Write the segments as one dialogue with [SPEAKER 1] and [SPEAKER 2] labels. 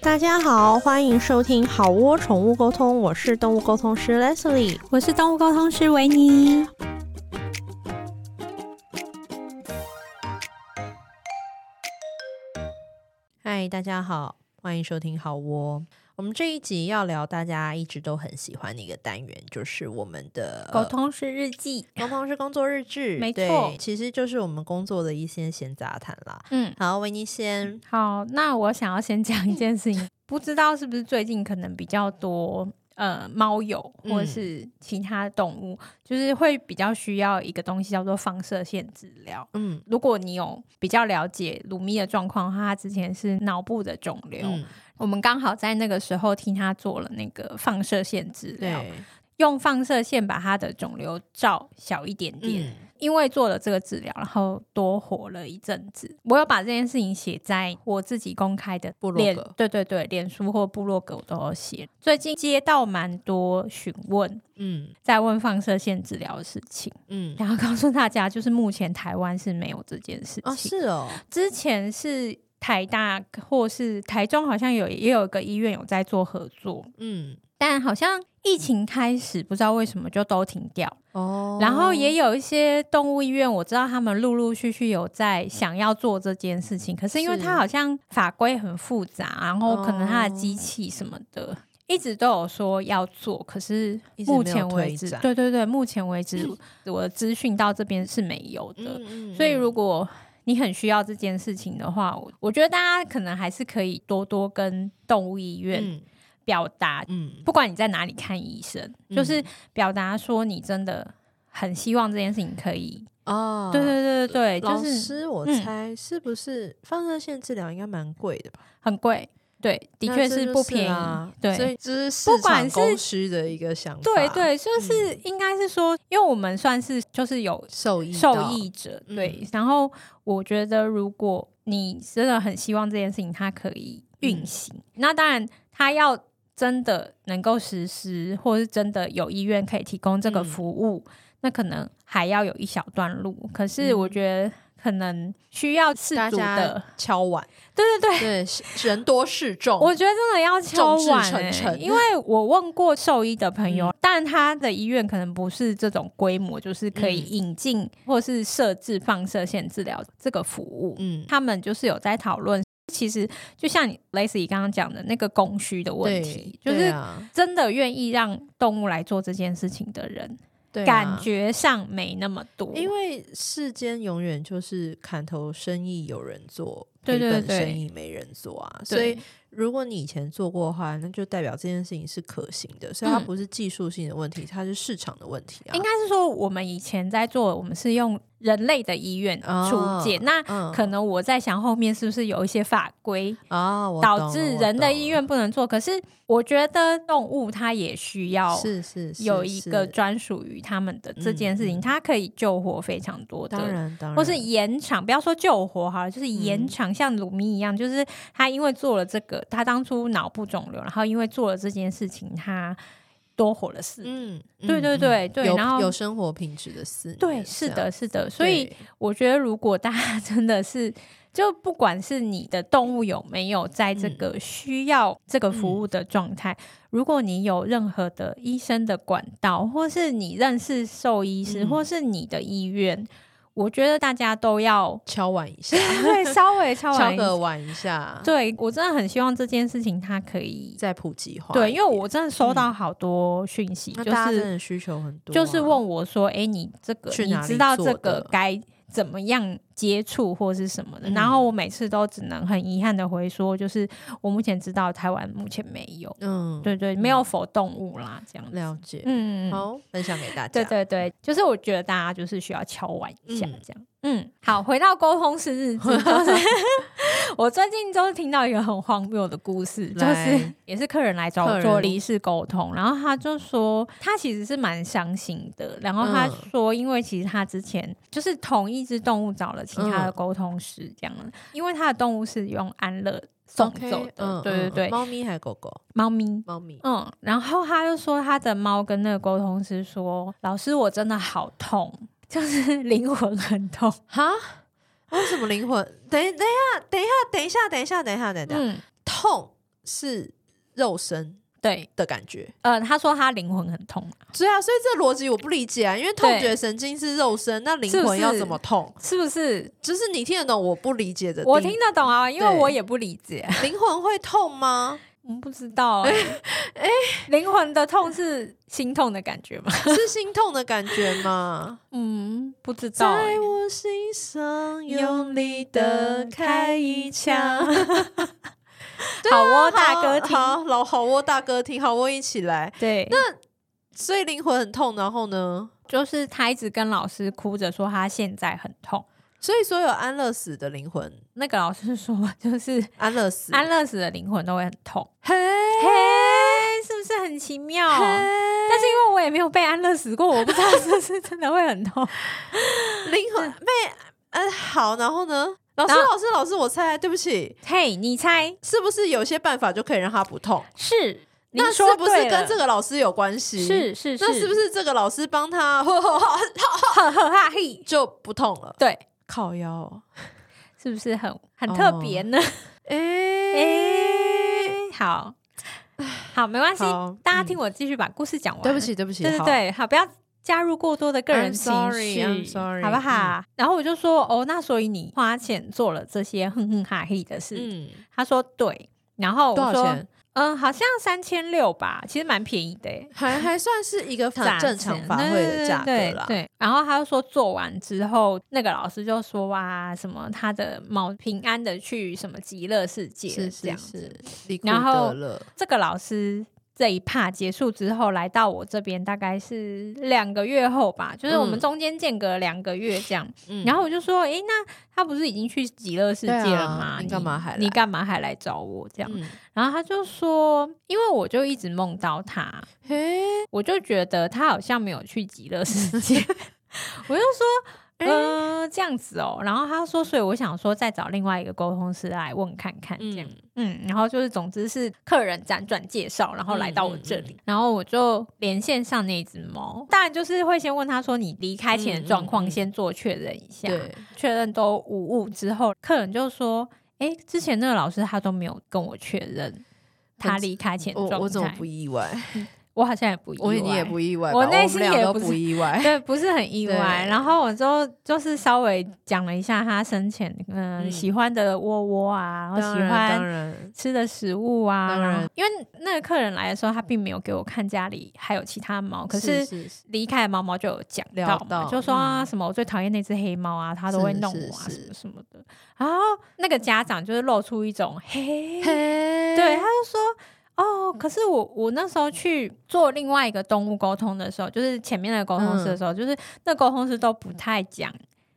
[SPEAKER 1] 大家好，欢迎收听好窝宠物沟通，我是动物沟通师 Leslie。
[SPEAKER 2] 我是动物沟通师维尼。
[SPEAKER 1] 嗨，大家好，欢迎收听好窝。我们这一集要聊大家一直都很喜欢的一个单元，就是我们的
[SPEAKER 2] 沟通师日记，
[SPEAKER 1] 沟通是工作日志，
[SPEAKER 2] 没
[SPEAKER 1] 对
[SPEAKER 2] 错
[SPEAKER 1] 其实就是我们工作的一些闲杂谈啦。
[SPEAKER 2] 嗯，
[SPEAKER 1] 好，维尼先，
[SPEAKER 2] 好，那我想要先讲一件事情，不知道是不是最近可能比较多呃猫友
[SPEAKER 1] 嗯
[SPEAKER 2] 或是其他动物，就是会比较需要一个东西叫做放射线治疗。
[SPEAKER 1] 嗯
[SPEAKER 2] 如果你有比较了解鲁咪的状况的话，他之前是脑部的肿瘤，
[SPEAKER 1] 嗯，
[SPEAKER 2] 我们刚好在那个时候替他做了那个放射线治疗，
[SPEAKER 1] 对，
[SPEAKER 2] 用放射线把他的肿瘤照小一点点。
[SPEAKER 1] 嗯
[SPEAKER 2] 因为做了这个治疗，然后多活了一阵子。我有把这件事情写在我自己公开的
[SPEAKER 1] 部落
[SPEAKER 2] 脸
[SPEAKER 1] 格，
[SPEAKER 2] 对对对，脸书或部落格我都有写。最近接到蛮多询问，
[SPEAKER 1] 嗯
[SPEAKER 2] 在问放射线治疗的事情，
[SPEAKER 1] 嗯，
[SPEAKER 2] 然后告诉大家，就是目前台湾是没有这件事情。
[SPEAKER 1] 哦，是哦，
[SPEAKER 2] 之前是台大或是台中，好像有也有一个医院有在做合作，
[SPEAKER 1] 嗯
[SPEAKER 2] 但好像疫情开始，不知道为什么就都停掉了。
[SPEAKER 1] 哦，
[SPEAKER 2] 然后也有一些动物医院，我知道他们陆陆续续有在想要做这件事情，可是因为
[SPEAKER 1] 是
[SPEAKER 2] 它好像法规很复杂，然后可能它的
[SPEAKER 1] 哦
[SPEAKER 2] 机器什么的。一直都有说要做，可是
[SPEAKER 1] 一直没有
[SPEAKER 2] 目前为
[SPEAKER 1] 推
[SPEAKER 2] 止
[SPEAKER 1] 展，嗯
[SPEAKER 2] 对对对，目前为止我的资讯到这边是没有的。
[SPEAKER 1] 嗯，嗯
[SPEAKER 2] 所以，如
[SPEAKER 1] 嗯
[SPEAKER 2] 果你很需要这件事情的话，我我觉得大家可能还是可以多多跟动物医院
[SPEAKER 1] 嗯
[SPEAKER 2] 表达
[SPEAKER 1] 嗯，
[SPEAKER 2] 不管你在哪里看医生，
[SPEAKER 1] 嗯
[SPEAKER 2] 就是表达说你真的很希望这件事情可以。
[SPEAKER 1] 哦，
[SPEAKER 2] 对对对对对，
[SPEAKER 1] 老
[SPEAKER 2] 就是
[SPEAKER 1] 师，我
[SPEAKER 2] 嗯
[SPEAKER 1] 猜是不是放射线治疗应该蛮贵的吧？
[SPEAKER 2] 很贵，对，的
[SPEAKER 1] 那
[SPEAKER 2] 确
[SPEAKER 1] 这就是
[SPEAKER 2] 不便宜
[SPEAKER 1] 啊，所
[SPEAKER 2] 对。
[SPEAKER 1] 以这是市
[SPEAKER 2] 不
[SPEAKER 1] 场
[SPEAKER 2] 管是
[SPEAKER 1] 供需的一个想法，
[SPEAKER 2] 对，对，就是
[SPEAKER 1] 嗯
[SPEAKER 2] 应该是说，因为我们算是就是有
[SPEAKER 1] 受益
[SPEAKER 2] 受
[SPEAKER 1] 到
[SPEAKER 2] 益，者，
[SPEAKER 1] 嗯
[SPEAKER 2] 对。然后我觉得，如果你真的很希望这件事情它可以
[SPEAKER 1] 嗯
[SPEAKER 2] 运行，那当然它要真的能够实施，或是真的有医院可以提供这个
[SPEAKER 1] 嗯
[SPEAKER 2] 服务，那可能还要有一小段路。可是我
[SPEAKER 1] 嗯
[SPEAKER 2] 觉得。可能需要事
[SPEAKER 1] 大
[SPEAKER 2] 主
[SPEAKER 1] 家
[SPEAKER 2] 的，
[SPEAKER 1] 敲碗，
[SPEAKER 2] 对对对，
[SPEAKER 1] 对，是人多势众，
[SPEAKER 2] 我觉得真的要敲
[SPEAKER 1] 哦众志
[SPEAKER 2] 碗、
[SPEAKER 1] 成
[SPEAKER 2] 欸，
[SPEAKER 1] 城嗯
[SPEAKER 2] 因为我问过兽医的朋友，但他的医院可能不是这种规模，就是可以
[SPEAKER 1] 嗯
[SPEAKER 2] 引进或是设置放射线治疗这个服务。
[SPEAKER 1] 嗯，
[SPEAKER 2] 他们就是有在讨论，其实就像你雷斯 y 刚刚讲的那个供需的问
[SPEAKER 1] 对
[SPEAKER 2] 题，就
[SPEAKER 1] 对
[SPEAKER 2] 是
[SPEAKER 1] 啊
[SPEAKER 2] 真的愿意让动物来做这件事情的人，
[SPEAKER 1] 对啊
[SPEAKER 2] 感觉上没那么多，
[SPEAKER 1] 因为世间永远就是砍头生意有人做，
[SPEAKER 2] 对对
[SPEAKER 1] 赔本
[SPEAKER 2] 对
[SPEAKER 1] 生意没人做啊。
[SPEAKER 2] 对
[SPEAKER 1] 所以如果你以前做过的话，那就代表这件事情是可行的，所以它
[SPEAKER 2] 嗯
[SPEAKER 1] 不是技术性的问题，它是市场的问题啊。
[SPEAKER 2] 应该是说我们以前在做，我们是用人类的医院
[SPEAKER 1] 哦
[SPEAKER 2] 出借，那
[SPEAKER 1] 嗯
[SPEAKER 2] 可能我在想后面是不是有一些法规
[SPEAKER 1] 啊，我懂
[SPEAKER 2] 导
[SPEAKER 1] 了
[SPEAKER 2] 致
[SPEAKER 1] 我
[SPEAKER 2] 人的
[SPEAKER 1] 懂
[SPEAKER 2] 医
[SPEAKER 1] 了
[SPEAKER 2] 院不能做？可是我觉得动物它也需要
[SPEAKER 1] 是是是
[SPEAKER 2] 有一个
[SPEAKER 1] 是
[SPEAKER 2] 专属于他们的这
[SPEAKER 1] 嗯
[SPEAKER 2] 件事情，
[SPEAKER 1] 嗯
[SPEAKER 2] 它可以救活非常多的
[SPEAKER 1] 当然嗯当然，
[SPEAKER 2] 或是延长，不要说救活好了，就是延长，像鲁咪一样，就是他因为做了这个，他当初脑部肿瘤，然后因为做了这件事情，他多活了四年。
[SPEAKER 1] 嗯，
[SPEAKER 2] 对对
[SPEAKER 1] 嗯
[SPEAKER 2] 对
[SPEAKER 1] 嗯
[SPEAKER 2] 对
[SPEAKER 1] 有
[SPEAKER 2] 然后
[SPEAKER 1] 有生活品质的思念，
[SPEAKER 2] 对，
[SPEAKER 1] 这
[SPEAKER 2] 是
[SPEAKER 1] 样
[SPEAKER 2] 的，，是的，所以
[SPEAKER 1] 啊对
[SPEAKER 2] 我觉得，如果大家 真的是，就不管是你的动物有没有在
[SPEAKER 1] 嗯
[SPEAKER 2] 这个需要这个服务的状态，如果你有任何的医生的管道，或是你认识兽医师，
[SPEAKER 1] 嗯
[SPEAKER 2] 或是你的医院，我觉得大家都要
[SPEAKER 1] 敲碗一 下，
[SPEAKER 2] 对稍微稍
[SPEAKER 1] 敲
[SPEAKER 2] 微
[SPEAKER 1] 个碗一下，，
[SPEAKER 2] 对我真的很希望这件事情它可以
[SPEAKER 1] 再普及化一点，嗯
[SPEAKER 2] 对，因为我真的收到好多讯息，
[SPEAKER 1] 那
[SPEAKER 2] 就
[SPEAKER 1] 大家真
[SPEAKER 2] 是
[SPEAKER 1] 的需求很多啊，
[SPEAKER 2] 就是问我说：“哎、你这个
[SPEAKER 1] 去
[SPEAKER 2] 你
[SPEAKER 1] 哪里
[SPEAKER 2] 知道这
[SPEAKER 1] 做
[SPEAKER 2] 个
[SPEAKER 1] 的
[SPEAKER 2] 该怎么样接触或是什么的？”
[SPEAKER 1] 嗯
[SPEAKER 2] 然后我每次都只能很遗憾的回说：“就是我目前知道台湾目前没有，
[SPEAKER 1] 嗯，
[SPEAKER 2] 对对，没有否动物啦，这样子。
[SPEAKER 1] 了解，
[SPEAKER 2] 嗯”嗯，嗯，
[SPEAKER 1] 好，分享给大家。
[SPEAKER 2] 对对对，就是我觉得大家就是需要敲碗一下
[SPEAKER 1] 嗯
[SPEAKER 2] 这样。嗯，好，回到沟通 式日记，就是我最近就是听到一个很荒谬的故事，就
[SPEAKER 1] 来
[SPEAKER 2] 是也是客人来找
[SPEAKER 1] 客
[SPEAKER 2] 我
[SPEAKER 1] 人
[SPEAKER 2] 做离世沟通，然后他就说他其实是蛮伤心的，然后他
[SPEAKER 1] 嗯
[SPEAKER 2] 说因为其实他之前就是同一只动物找了其他
[SPEAKER 1] 嗯
[SPEAKER 2] 的沟通师这样，因为他的动物是用安乐送
[SPEAKER 1] OK，
[SPEAKER 2] 走的，
[SPEAKER 1] 嗯
[SPEAKER 2] 对对
[SPEAKER 1] 嗯
[SPEAKER 2] 对，
[SPEAKER 1] 猫咪还狗狗，
[SPEAKER 2] 猫咪，
[SPEAKER 1] 猫咪，
[SPEAKER 2] 嗯，然后他就说他的猫跟那个沟通师说：“老师，我真的好痛，就是灵魂很痛。
[SPEAKER 1] 哈，哦为什么灵魂？等一等一下，等一下，等一下，等一下，等一下，等一下，
[SPEAKER 2] 嗯，
[SPEAKER 1] 痛是肉身
[SPEAKER 2] 对，
[SPEAKER 1] 的感觉。
[SPEAKER 2] 呃，他说他灵魂很痛，
[SPEAKER 1] 对啊，所以这逻辑我不理解啊，因为痛
[SPEAKER 2] 对
[SPEAKER 1] 觉神经是肉身，那灵
[SPEAKER 2] 是不
[SPEAKER 1] 魂要
[SPEAKER 2] 是
[SPEAKER 1] 怎么痛？
[SPEAKER 2] 是不是？
[SPEAKER 1] 就是你听得懂我不理解的地，
[SPEAKER 2] 我听 得懂啊，因为
[SPEAKER 1] 对
[SPEAKER 2] 我也不理解，
[SPEAKER 1] 灵魂会痛吗？
[SPEAKER 2] 我不知道、欸。 灵魂的痛是心痛的感觉吗？
[SPEAKER 1] 是心痛的感觉吗？
[SPEAKER 2] 嗯，不知 道、欸
[SPEAKER 1] 在我心上用
[SPEAKER 2] 用
[SPEAKER 1] 力的
[SPEAKER 2] 地
[SPEAKER 1] 开
[SPEAKER 2] 开
[SPEAKER 1] 一
[SPEAKER 2] 一
[SPEAKER 1] 枪
[SPEAKER 2] 枪。
[SPEAKER 1] 对
[SPEAKER 2] 好
[SPEAKER 1] 啊
[SPEAKER 2] 窝大哥听
[SPEAKER 1] 好，好老好窝大哥听，好窝一起来。
[SPEAKER 2] 对，
[SPEAKER 1] 所以灵魂很痛，然后呢？
[SPEAKER 2] 就是他一直跟老师哭着说他现在很痛。
[SPEAKER 1] 所以所有安乐死的灵魂，
[SPEAKER 2] 那个老师说， 就是
[SPEAKER 1] 安乐死，
[SPEAKER 2] 安乐死的灵魂都会很痛。
[SPEAKER 1] 嘿
[SPEAKER 2] 嘿，是不是很奇妙？
[SPEAKER 1] 嘿
[SPEAKER 2] 但是因为我也没有被安乐死过，我不知道是不是真的会很 痛。
[SPEAKER 1] 灵魂被嗯、好，然后呢？老师，
[SPEAKER 2] 然后
[SPEAKER 1] 老师，老师，我猜，对不起，
[SPEAKER 2] 嘿，你猜
[SPEAKER 1] 是不是有些办法就可以让他不痛？
[SPEAKER 2] 是？您
[SPEAKER 1] 那是
[SPEAKER 2] 说
[SPEAKER 1] 不是
[SPEAKER 2] 对了
[SPEAKER 1] 跟这个老师有关系？
[SPEAKER 2] 是是
[SPEAKER 1] 那是不
[SPEAKER 2] 是
[SPEAKER 1] 是这个老师帮他
[SPEAKER 2] 呵呵哈嘿？
[SPEAKER 1] 就不痛了？
[SPEAKER 2] 对，
[SPEAKER 1] 靠腰哦，
[SPEAKER 2] 是不是很很特别呢？
[SPEAKER 1] 哎、
[SPEAKER 2] 哎，好 好，没关系
[SPEAKER 1] 好，
[SPEAKER 2] 大家
[SPEAKER 1] 嗯
[SPEAKER 2] 听我继续把故事讲完。
[SPEAKER 1] 对不起，对不起，
[SPEAKER 2] 对对
[SPEAKER 1] 好，
[SPEAKER 2] 对，好，不要加入过多的个
[SPEAKER 1] I'm
[SPEAKER 2] 人情
[SPEAKER 1] sorry,
[SPEAKER 2] 绪
[SPEAKER 1] I'm sorry，嗯
[SPEAKER 2] 好不好？然后我就说，哦，那所以你花钱做了这些哼哼哈嘿的事，
[SPEAKER 1] 嗯，
[SPEAKER 2] 他说对，然后
[SPEAKER 1] 多
[SPEAKER 2] 我
[SPEAKER 1] 少
[SPEAKER 2] 说，
[SPEAKER 1] 钱？
[SPEAKER 2] 嗯，好像三千六吧，其实蛮便宜的耶。
[SPEAKER 1] 还还算是一个
[SPEAKER 2] 价
[SPEAKER 1] 正
[SPEAKER 2] 钱
[SPEAKER 1] 常发挥的价格啦。
[SPEAKER 2] 对对对对，然后他就说做完之后，那个老师就说哇，什么他的猫平安的去什么极乐世界
[SPEAKER 1] 是
[SPEAKER 2] 这
[SPEAKER 1] 是
[SPEAKER 2] 样子。
[SPEAKER 1] 是，利库
[SPEAKER 2] 然后
[SPEAKER 1] 德勒，
[SPEAKER 2] 这个老师这一趴结束之后，来到我这边大概是两个月后吧，就是我们
[SPEAKER 1] 嗯
[SPEAKER 2] 中间间隔两个月这样。
[SPEAKER 1] 嗯
[SPEAKER 2] 然后我就说，诶，那他不是已经去极乐世界
[SPEAKER 1] 对
[SPEAKER 2] 了
[SPEAKER 1] 啊
[SPEAKER 2] 吗？
[SPEAKER 1] 你干嘛还
[SPEAKER 2] 你
[SPEAKER 1] 来
[SPEAKER 2] 干嘛还来找我这样？
[SPEAKER 1] 嗯，
[SPEAKER 2] 然后他就说，因为我就一直梦到他，
[SPEAKER 1] 嘿，
[SPEAKER 2] 我就觉得他好像没有去极乐 世界，我就说。
[SPEAKER 1] 哎
[SPEAKER 2] 呃，这样子哦，然后他说，所以我想说，再找另外一个沟通师来问看看，这样，
[SPEAKER 1] 嗯，
[SPEAKER 2] 嗯然后就是，总之是客人辗转介绍，然后来
[SPEAKER 1] 嗯
[SPEAKER 2] 到我这里，然后我就连线上那一只猫，当然就是会先问他说，你离开前的
[SPEAKER 1] 嗯
[SPEAKER 2] 状
[SPEAKER 1] 嗯
[SPEAKER 2] 况
[SPEAKER 1] 嗯
[SPEAKER 2] 先做确认一下，
[SPEAKER 1] 对，
[SPEAKER 2] 确认都无误之后，客人就说：“哎、之前那个老师他都没有跟我确认他离开前的
[SPEAKER 1] 我
[SPEAKER 2] 状态，
[SPEAKER 1] 我怎么不意外？
[SPEAKER 2] 我好像也不意 外，
[SPEAKER 1] 我你也不意外吧，
[SPEAKER 2] 我内
[SPEAKER 1] 们
[SPEAKER 2] 心
[SPEAKER 1] 俩
[SPEAKER 2] 也
[SPEAKER 1] 都
[SPEAKER 2] 不是
[SPEAKER 1] 不意外。
[SPEAKER 2] 对，不是很意外。
[SPEAKER 1] 对
[SPEAKER 2] 然后我就就是稍微讲了一下他生前嗯
[SPEAKER 1] 嗯
[SPEAKER 2] 喜欢的窝窝啊， 然后
[SPEAKER 1] 当
[SPEAKER 2] 喜
[SPEAKER 1] 然，当
[SPEAKER 2] 欢。”
[SPEAKER 1] 然，
[SPEAKER 2] 吃的食物啊，
[SPEAKER 1] 当然
[SPEAKER 2] 然后因为那个客人来的时候，他并没有给我看家里还有其他猫，可是
[SPEAKER 1] 是
[SPEAKER 2] 离开的猫猫就有讲
[SPEAKER 1] 聊
[SPEAKER 2] 到嘛，
[SPEAKER 1] 到
[SPEAKER 2] 就说、啊、
[SPEAKER 1] 嗯
[SPEAKER 2] 什么我最讨厌那只黑猫啊，它都会
[SPEAKER 1] 是
[SPEAKER 2] 弄
[SPEAKER 1] 是
[SPEAKER 2] 我啊，
[SPEAKER 1] 是
[SPEAKER 2] 什么什么的。然后那个家长就是露出一种嘿，
[SPEAKER 1] 嘿，对
[SPEAKER 2] 对，他就说哦，可是我我那时候去做另外一个动物沟通的时候，就是前面的沟通师的时候，就是那沟通师都不太讲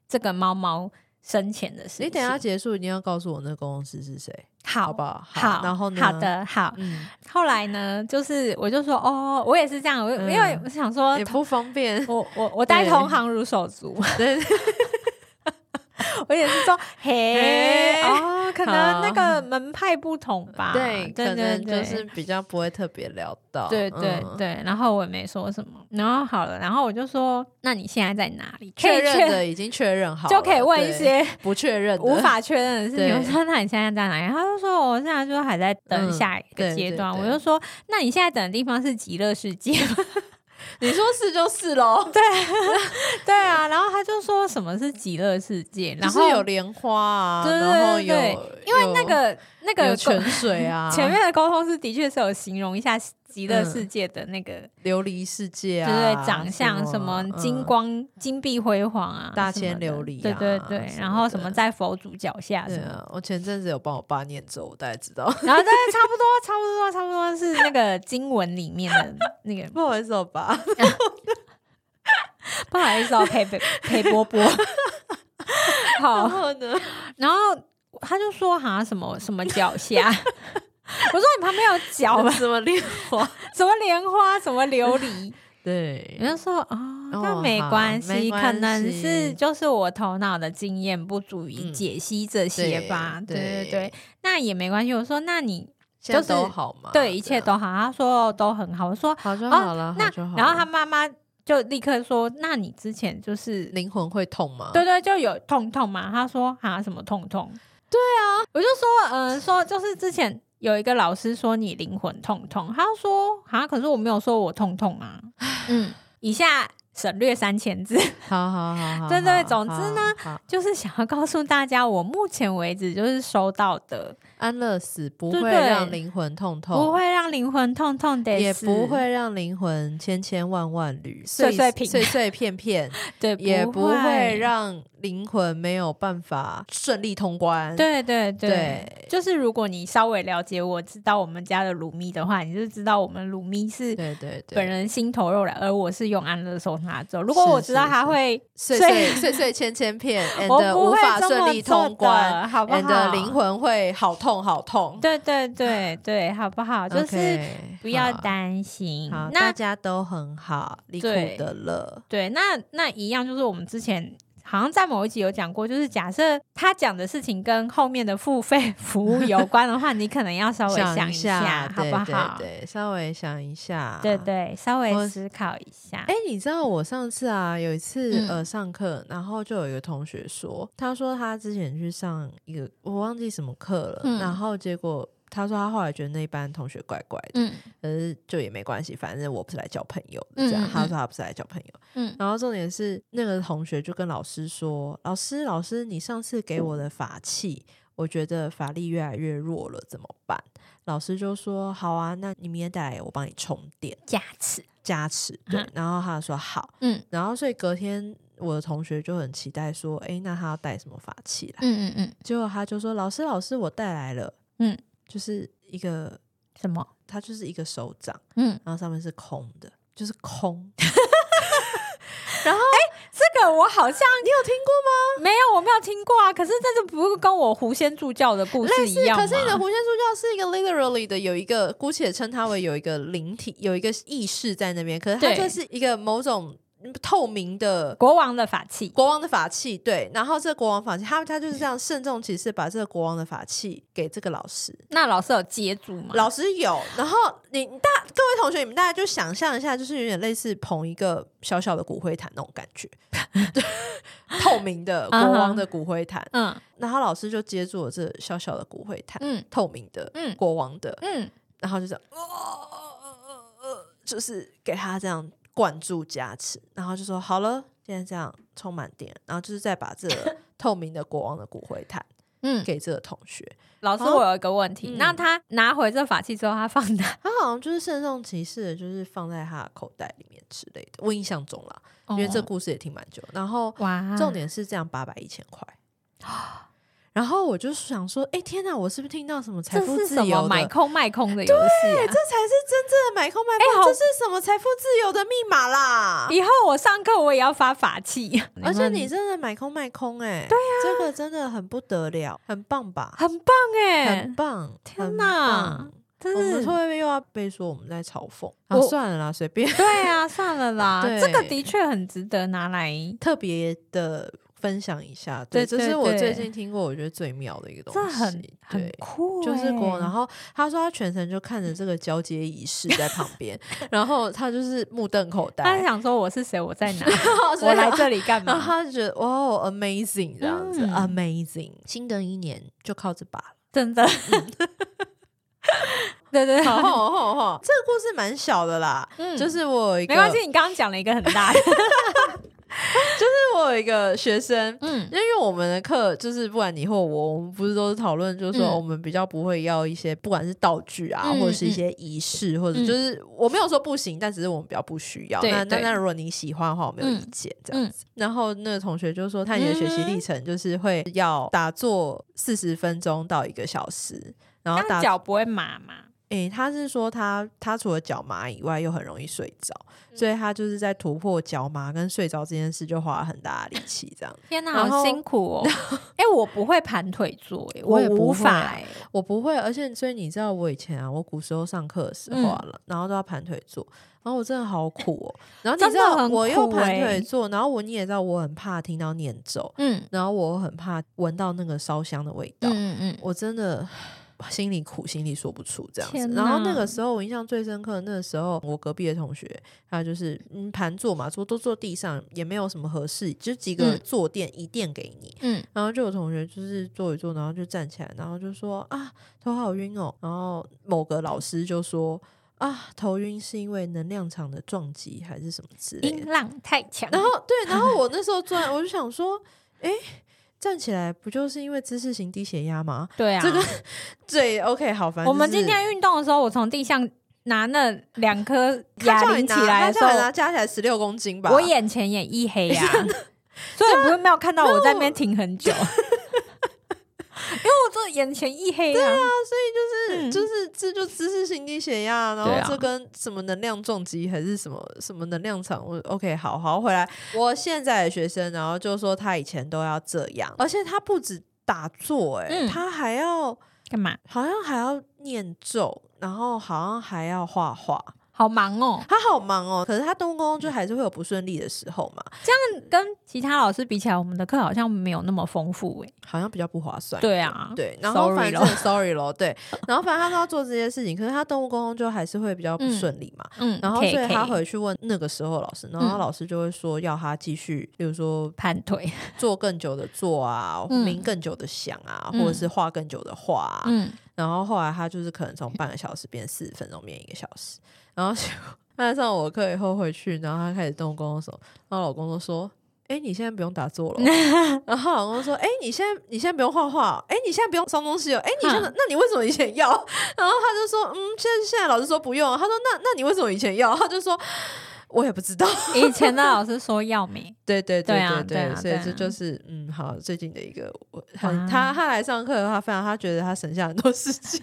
[SPEAKER 2] 这个猫猫生前的事情。
[SPEAKER 1] 你等一下结束，一定要告诉我那公司是谁，好
[SPEAKER 2] 好
[SPEAKER 1] 不
[SPEAKER 2] 吧。
[SPEAKER 1] 好？
[SPEAKER 2] 好，
[SPEAKER 1] 然后呢？
[SPEAKER 2] 好，的，好。
[SPEAKER 1] 嗯，
[SPEAKER 2] 后来呢，就是我就说，哦，我也是这样，我、因为
[SPEAKER 1] 嗯
[SPEAKER 2] 我想说
[SPEAKER 1] 也，不方便，
[SPEAKER 2] 我我我待
[SPEAKER 1] 对
[SPEAKER 2] 同行如手足，
[SPEAKER 1] 对，
[SPEAKER 2] 我也是说，嘿，
[SPEAKER 1] 嘿
[SPEAKER 2] 哦，可能
[SPEAKER 1] 好
[SPEAKER 2] 那个门派不同吧，
[SPEAKER 1] 对，
[SPEAKER 2] 对
[SPEAKER 1] 可
[SPEAKER 2] 对
[SPEAKER 1] 能就
[SPEAKER 2] 对，
[SPEAKER 1] 是比较不会特别聊到，
[SPEAKER 2] 对对
[SPEAKER 1] 嗯
[SPEAKER 2] 对，然后我也没说什么，然后好了，然后我就说，那你现在在哪里？
[SPEAKER 1] 确
[SPEAKER 2] 可以
[SPEAKER 1] 认的已经确认好了，
[SPEAKER 2] 就可以问一
[SPEAKER 1] 对
[SPEAKER 2] 些
[SPEAKER 1] 不确认的
[SPEAKER 2] 无 法确认的事
[SPEAKER 1] 对
[SPEAKER 2] 情。我说那你现在在哪里？他就说我现在就还在等
[SPEAKER 1] 嗯
[SPEAKER 2] 下一
[SPEAKER 1] 对
[SPEAKER 2] 个阶
[SPEAKER 1] 对
[SPEAKER 2] 段。
[SPEAKER 1] 对
[SPEAKER 2] 我就说那你现在等的地方是极乐世界 吗？
[SPEAKER 1] 你说是就是喽，
[SPEAKER 2] 对啊，然后他就说什么是极乐世界，然
[SPEAKER 1] 就是
[SPEAKER 2] 后
[SPEAKER 1] 有莲花啊，
[SPEAKER 2] 对对
[SPEAKER 1] 然后
[SPEAKER 2] 对
[SPEAKER 1] 有
[SPEAKER 2] 对因为那
[SPEAKER 1] 有
[SPEAKER 2] 个那个
[SPEAKER 1] 有
[SPEAKER 2] 沟
[SPEAKER 1] 泉水啊，
[SPEAKER 2] 前面的沟通是的确是有形容一下极乐世界的那个，
[SPEAKER 1] 琉璃世界嗯
[SPEAKER 2] 对
[SPEAKER 1] 啊，
[SPEAKER 2] 对，长相什
[SPEAKER 1] 什
[SPEAKER 2] 么金
[SPEAKER 1] 嗯
[SPEAKER 2] 光、金碧辉煌啊，
[SPEAKER 1] 大
[SPEAKER 2] 什么
[SPEAKER 1] 千
[SPEAKER 2] 的
[SPEAKER 1] 琉璃
[SPEAKER 2] 对对
[SPEAKER 1] 啊
[SPEAKER 2] 对
[SPEAKER 1] 什，
[SPEAKER 2] 然
[SPEAKER 1] 么
[SPEAKER 2] 后什么
[SPEAKER 1] 的
[SPEAKER 2] 在佛祖脚下什
[SPEAKER 1] 对
[SPEAKER 2] 么的，
[SPEAKER 1] 啊，我前阵子有帮我爸念咒，我大概知 道。
[SPEAKER 2] 然后对，差不多差不多差不多是那个经文里面的 那个，
[SPEAKER 1] 不好意思，我爸，
[SPEAKER 2] 不好意思哦，裴裴裴 波波，
[SPEAKER 1] 然
[SPEAKER 2] 好，
[SPEAKER 1] 后呢？
[SPEAKER 2] 然后他就说哈什么什么 脚下。我说你旁边有脚吧？
[SPEAKER 1] 什么莲花？
[SPEAKER 2] 什么莲花，什么琉璃，
[SPEAKER 1] 对
[SPEAKER 2] 人，家说啊，那、
[SPEAKER 1] 哦
[SPEAKER 2] 没
[SPEAKER 1] 好
[SPEAKER 2] 关
[SPEAKER 1] 没
[SPEAKER 2] 系，可
[SPEAKER 1] 关
[SPEAKER 2] 能
[SPEAKER 1] 系
[SPEAKER 2] 是就是我头脑的经验不足以
[SPEAKER 1] 嗯
[SPEAKER 2] 解析这些
[SPEAKER 1] 对
[SPEAKER 2] 吧。对对对
[SPEAKER 1] 对
[SPEAKER 2] 那也没关系。我说，那你
[SPEAKER 1] 现在
[SPEAKER 2] 就是
[SPEAKER 1] 都好嘛？
[SPEAKER 2] 对一切
[SPEAKER 1] 这样
[SPEAKER 2] 都好，他说都很好。我说
[SPEAKER 1] 好就
[SPEAKER 2] 哦
[SPEAKER 1] 好了。
[SPEAKER 2] 那
[SPEAKER 1] 好就好了
[SPEAKER 2] 然后他妈妈就立刻说，那你之前就是
[SPEAKER 1] 灵魂会痛吗？
[SPEAKER 2] 对对，就有痛痛嘛。他说啊，什么痛痛？对啊，我就说嗯、呃说就是之前有一个老师说你灵魂痛痛，他说啊，可是我没有说我痛痛啊。嗯，以下省略三千字，
[SPEAKER 1] 好好好好，
[SPEAKER 2] 对对
[SPEAKER 1] 好
[SPEAKER 2] 总之呢，
[SPEAKER 1] 好好
[SPEAKER 2] 就是想要告诉大家，我目前为止就是收到的，
[SPEAKER 1] 安乐死不
[SPEAKER 2] 对
[SPEAKER 1] 会
[SPEAKER 2] 对
[SPEAKER 1] 让灵魂痛痛，
[SPEAKER 2] 不会让灵魂痛痛的，
[SPEAKER 1] 哦也不会让灵魂千千万万缕
[SPEAKER 2] 碎碎片
[SPEAKER 1] 碎碎片 片，
[SPEAKER 2] 对，
[SPEAKER 1] 也不会。让灵魂没有办法顺利通关。
[SPEAKER 2] 对对对，
[SPEAKER 1] 对
[SPEAKER 2] 就是如果你稍微了解我，知道我们家的鲁咪的话，你就知道我们鲁咪是
[SPEAKER 1] 对对对，
[SPEAKER 2] 本人心头肉了，而我是用安乐送他走。如果我
[SPEAKER 1] 是
[SPEAKER 2] 知道
[SPEAKER 1] 是
[SPEAKER 2] 他
[SPEAKER 1] 是
[SPEAKER 2] 会
[SPEAKER 1] 碎
[SPEAKER 2] 所以
[SPEAKER 1] 碎碎碎千千 片
[SPEAKER 2] 我
[SPEAKER 1] ，and
[SPEAKER 2] 不
[SPEAKER 1] 无
[SPEAKER 2] 会
[SPEAKER 1] 法
[SPEAKER 2] 这么
[SPEAKER 1] 顺利
[SPEAKER 2] 做
[SPEAKER 1] 通关
[SPEAKER 2] 的，好不好？
[SPEAKER 1] ，and 灵魂会好痛好痛。
[SPEAKER 2] 对对对对，好 不好？就是
[SPEAKER 1] OK，
[SPEAKER 2] 不要
[SPEAKER 1] 好
[SPEAKER 2] 担心
[SPEAKER 1] 好，。大
[SPEAKER 2] 那
[SPEAKER 1] 家都很好，离苦
[SPEAKER 2] 对
[SPEAKER 1] 得乐。
[SPEAKER 2] 对，那那一样就是我们之前。好像在某一集有讲过，就是假设他讲的事情跟后面的付费 服务有关的话，你可能要稍微
[SPEAKER 1] 想
[SPEAKER 2] 一
[SPEAKER 1] 下，
[SPEAKER 2] 好
[SPEAKER 1] 对
[SPEAKER 2] 不好？
[SPEAKER 1] 对对，稍微想一下，
[SPEAKER 2] 对对稍微
[SPEAKER 1] 我
[SPEAKER 2] 思考一下
[SPEAKER 1] 哎。、你知道我上次啊，有一次、
[SPEAKER 2] 嗯
[SPEAKER 1] 呃上课，然后就有一个同学说，他说他之前去上一个我忘记什么课了，
[SPEAKER 2] 嗯
[SPEAKER 1] 然后结果他说他后来觉得那一班同学怪怪的，
[SPEAKER 2] 嗯
[SPEAKER 1] 可是就也没关系，反正我不是来交朋友的，这样、
[SPEAKER 2] 嗯嗯嗯
[SPEAKER 1] 他说他不是来交朋友，
[SPEAKER 2] 嗯，
[SPEAKER 1] 然后重点是那个同学就跟老师说，老师老师，你上次给我的法器。我觉得法力越来越弱了，怎么办？老师就说：“好啊，那你明天带来，我帮你充电。”
[SPEAKER 2] 假齿，
[SPEAKER 1] 加持，对。
[SPEAKER 2] 嗯
[SPEAKER 1] 然后他说好，
[SPEAKER 2] 嗯
[SPEAKER 1] 然后所以隔天我的同学就很期待说，诶，那他要带什么法器来？
[SPEAKER 2] 嗯嗯嗯，
[SPEAKER 1] 结果他就说，老师，老师，我带来了，
[SPEAKER 2] 嗯，
[SPEAKER 1] 就是一个，
[SPEAKER 2] 什么？
[SPEAKER 1] 它就是一个手掌，
[SPEAKER 2] 嗯，
[SPEAKER 1] 然后上面是空的，就是 空。
[SPEAKER 2] 这个我好像你有听过吗？没有，我没有听过啊。可是这就不是跟我狐仙助教的故事一样
[SPEAKER 1] 可是你的
[SPEAKER 2] 吗
[SPEAKER 1] 狐仙助教是一个 literally 的，有一个姑且称它为有一个灵体，有一个意识在那边，可是它
[SPEAKER 2] 对
[SPEAKER 1] 就是一个某种透明的
[SPEAKER 2] 国王的法器，
[SPEAKER 1] 国王的法器，对，然后这个国王法器，他他就是这样慎重其事把这个国王的法器给这个老师，
[SPEAKER 2] 那老师有接住吗？
[SPEAKER 1] 老师有，然后你大各位同学，你们大家就想象一下，就是有点类似捧一个小小的骨灰坛那种感觉， 透明的国王的骨灰坛，
[SPEAKER 2] 嗯
[SPEAKER 1] 然后老师就接住了这小小的骨灰坛，
[SPEAKER 2] 嗯
[SPEAKER 1] 透明的，
[SPEAKER 2] 嗯
[SPEAKER 1] 国王的，
[SPEAKER 2] 嗯，
[SPEAKER 1] 然后就这样，呃呃呃呃就是给他这样灌注加持，然后就说好了，现在这样充满电，然后就是再把这个 透明的国王的骨灰坛
[SPEAKER 2] 嗯，
[SPEAKER 1] 给这个同学，
[SPEAKER 2] 老师，
[SPEAKER 1] 好
[SPEAKER 2] 我有一个问题，
[SPEAKER 1] 嗯
[SPEAKER 2] 那他拿回这法器之后，他放 哪？
[SPEAKER 1] 他好像就是慎重其事的，就是放在他的口袋里面之类的，我印象中啦，因为这
[SPEAKER 2] 哦
[SPEAKER 1] 故事也听蛮久，然后
[SPEAKER 2] 哇，
[SPEAKER 1] 重点是这样八百一千块。然后我就想说，哎天哪，我是不是听到什么财
[SPEAKER 2] 这
[SPEAKER 1] 富
[SPEAKER 2] 是
[SPEAKER 1] 自
[SPEAKER 2] 什
[SPEAKER 1] 由
[SPEAKER 2] 么
[SPEAKER 1] 的？
[SPEAKER 2] 买空卖空的 游戏、啊？
[SPEAKER 1] 这才是真正的买空卖
[SPEAKER 2] 哎
[SPEAKER 1] 空，
[SPEAKER 2] 好
[SPEAKER 1] 这是什么财富自由的密码啦！
[SPEAKER 2] 以后我上课我也要发法器，
[SPEAKER 1] 而且
[SPEAKER 2] 们啊
[SPEAKER 1] 你真的买空卖空哎、对呀、这个真的很不得了，很棒吧？
[SPEAKER 2] 很棒哎、
[SPEAKER 1] 很棒！
[SPEAKER 2] 天哪
[SPEAKER 1] 很棒！
[SPEAKER 2] 真
[SPEAKER 1] 我们会
[SPEAKER 2] 是
[SPEAKER 1] 不会又要被说我们在嘲讽？啊，
[SPEAKER 2] 我
[SPEAKER 1] 算了啦，随便。
[SPEAKER 2] 对啊，算 了啦，
[SPEAKER 1] 对
[SPEAKER 2] 这个的确很值得拿来。
[SPEAKER 1] 特别的分享一下，
[SPEAKER 2] 对
[SPEAKER 1] 对，这
[SPEAKER 2] 对
[SPEAKER 1] 是我
[SPEAKER 2] 对
[SPEAKER 1] 最近听过我觉得最妙的一个东
[SPEAKER 2] 这
[SPEAKER 1] 西，
[SPEAKER 2] 很很
[SPEAKER 1] 对。
[SPEAKER 2] 酷欸、
[SPEAKER 1] 就是国王，然后他说他全程就看着这个交接仪式在旁边，然后他就是目瞪口呆，
[SPEAKER 2] 他想说我是谁，我在 哪，
[SPEAKER 1] 所以
[SPEAKER 2] 哎我来这里干
[SPEAKER 1] 然后
[SPEAKER 2] 嘛？
[SPEAKER 1] 他就觉得哇、哦 amazing 这样子、
[SPEAKER 2] 嗯
[SPEAKER 1] amazing，新的一年就靠这把了。
[SPEAKER 2] 真的，
[SPEAKER 1] 嗯
[SPEAKER 2] 对对，对
[SPEAKER 1] 好好好好，这个故事蛮小的啦，
[SPEAKER 2] 嗯
[SPEAKER 1] 就是我有一个，
[SPEAKER 2] 没关系，，你刚刚讲了一个很 大的，
[SPEAKER 1] 就是我有一个学生。
[SPEAKER 2] 嗯
[SPEAKER 1] 因为我们的课就是不管你或我，我们不是都是讨论，就是说
[SPEAKER 2] 嗯
[SPEAKER 1] 我们比较不会要一些，不管是道具啊，
[SPEAKER 2] 嗯
[SPEAKER 1] 或者是一些仪式，或者
[SPEAKER 2] 嗯
[SPEAKER 1] 就是我没有说不行，但只是我们比较不需要。
[SPEAKER 2] 对
[SPEAKER 1] 那那
[SPEAKER 2] 对嗯
[SPEAKER 1] 那如果你喜欢的话，我没有意见这样子。然后那个同学就说，他你的学习
[SPEAKER 2] 嗯
[SPEAKER 1] 历程就是会要打坐四十分钟到一个小时，然后打
[SPEAKER 2] 那脚不会麻嘛？
[SPEAKER 1] 诶、他是说他他除了脚麻以外，又很容易睡着，
[SPEAKER 2] 嗯
[SPEAKER 1] 所以他就是在突破脚麻跟睡着这件事，就花了很大的力气。这样，
[SPEAKER 2] 天哪，
[SPEAKER 1] 然
[SPEAKER 2] 好
[SPEAKER 1] 后
[SPEAKER 2] 辛苦哦！哎、我不会盘腿坐、哎，
[SPEAKER 1] 欸我也不
[SPEAKER 2] 无
[SPEAKER 1] 会
[SPEAKER 2] 法、哎，
[SPEAKER 1] 我不会，而且所以你知道，我以前啊，我古时候上课的时候啊，
[SPEAKER 2] 嗯
[SPEAKER 1] 然后都要盘腿坐，然后我真的好苦哦、然后你
[SPEAKER 2] 真
[SPEAKER 1] 知
[SPEAKER 2] 的
[SPEAKER 1] 道，
[SPEAKER 2] 很
[SPEAKER 1] 我又
[SPEAKER 2] 苦
[SPEAKER 1] 盘
[SPEAKER 2] 欸
[SPEAKER 1] 腿坐，然后我你也知道，我很怕听到念咒，
[SPEAKER 2] 嗯
[SPEAKER 1] 然后我很怕闻到那个烧香的味道，
[SPEAKER 2] 嗯嗯嗯，
[SPEAKER 1] 我真的心里苦，心里说不出这样
[SPEAKER 2] 天
[SPEAKER 1] 子。然后那
[SPEAKER 2] 哪
[SPEAKER 1] 个时候我印象最深刻的，那个时候我隔壁的同学，他就是嗯盘坐嘛，坐都坐地上，也没有什么合适，就几个
[SPEAKER 2] 嗯
[SPEAKER 1] 坐垫、一垫给你。
[SPEAKER 2] 嗯，
[SPEAKER 1] 然后就有同学就是坐一坐，然后就站起来，然后就说啊头好晕哦。然后某个老师就说啊头晕是因为能量场的撞击还是什么之类的
[SPEAKER 2] 音。浪太强，
[SPEAKER 1] 然后对，然后我那时候坐在，我就想说，诶，站起来不就是因为姿势型低血压吗？
[SPEAKER 2] 对啊，
[SPEAKER 1] 这个对，OK，好，反正
[SPEAKER 2] 我们
[SPEAKER 1] 就是
[SPEAKER 2] 今天运动的时候，我从地上拿那两颗
[SPEAKER 1] 他
[SPEAKER 2] 哑
[SPEAKER 1] 叫你
[SPEAKER 2] 铃起
[SPEAKER 1] 拿他
[SPEAKER 2] 来的时
[SPEAKER 1] 叫你拿
[SPEAKER 2] 候，
[SPEAKER 1] 加起来十六公斤吧，
[SPEAKER 2] 我眼前也一黑呀、 所以不是没有看到我在那边停很久，因 为我这眼前一黑呀、啊。
[SPEAKER 1] 就是、
[SPEAKER 2] 嗯
[SPEAKER 1] 就是这就姿势性低血压，然
[SPEAKER 2] 对
[SPEAKER 1] 后
[SPEAKER 2] 啊
[SPEAKER 1] 这跟什么能量撞击还是什么什么能量场，我 OK 好好回来。我现在的学生，然后就说他以前都要这样，而且他不止打坐、欸，
[SPEAKER 2] 嗯
[SPEAKER 1] 他还要
[SPEAKER 2] 干嘛？
[SPEAKER 1] 好像还要念咒，然后好像还要画画，
[SPEAKER 2] 好忙哦！
[SPEAKER 1] 他好忙哦。可是他东工就还是会有不顺利的时候嘛，
[SPEAKER 2] 跟其他老师比起来，我们的课好像没有那么丰富哎、
[SPEAKER 1] 好像比较不划算。
[SPEAKER 2] 对啊，
[SPEAKER 1] 对，然后
[SPEAKER 2] Sorry
[SPEAKER 1] 反正
[SPEAKER 2] 咯
[SPEAKER 1] sorry 咯，对，然后反正他都要做这些事情，可是他动物沟通就还是会比较不
[SPEAKER 2] 嗯
[SPEAKER 1] 顺利嘛。
[SPEAKER 2] 嗯，
[SPEAKER 1] 然后
[SPEAKER 2] 可
[SPEAKER 1] 所以
[SPEAKER 2] 可
[SPEAKER 1] 他回去问那个时候老师，然后
[SPEAKER 2] 嗯
[SPEAKER 1] 老师就会说要他继续，比如说
[SPEAKER 2] 盘腿，
[SPEAKER 1] 做更久的做啊，
[SPEAKER 2] 嗯
[SPEAKER 1] 冥更久的想啊，
[SPEAKER 2] 嗯
[SPEAKER 1] 或者是画更久的画啊。
[SPEAKER 2] 嗯，
[SPEAKER 1] 然后后来他就是可能从半个小时变四十分钟，变一个小时。然后就 他上我课以后回去，然后他开始动工的时候，然后老公就说：“哎、你现在不用打坐了哦。” 然后老公说：“哎、你现在你现在不用画画哦，哎、你现在不用烧东西哦，哎、你现在、
[SPEAKER 2] 嗯
[SPEAKER 1] 那你为什么以前要？” 然后他就说：“嗯，现在现在老师说不用啊。”他说：“那那你为什么以前要？”他就说：“我也不知道。
[SPEAKER 2] 以前的老师说要美，
[SPEAKER 1] 对”对对
[SPEAKER 2] 对啊
[SPEAKER 1] 对
[SPEAKER 2] 对啊
[SPEAKER 1] 所以
[SPEAKER 2] 对啊
[SPEAKER 1] 这就是嗯，好最近的一个我很
[SPEAKER 2] 哇
[SPEAKER 1] 他他来上课的话，非常他觉得他省下很多时间。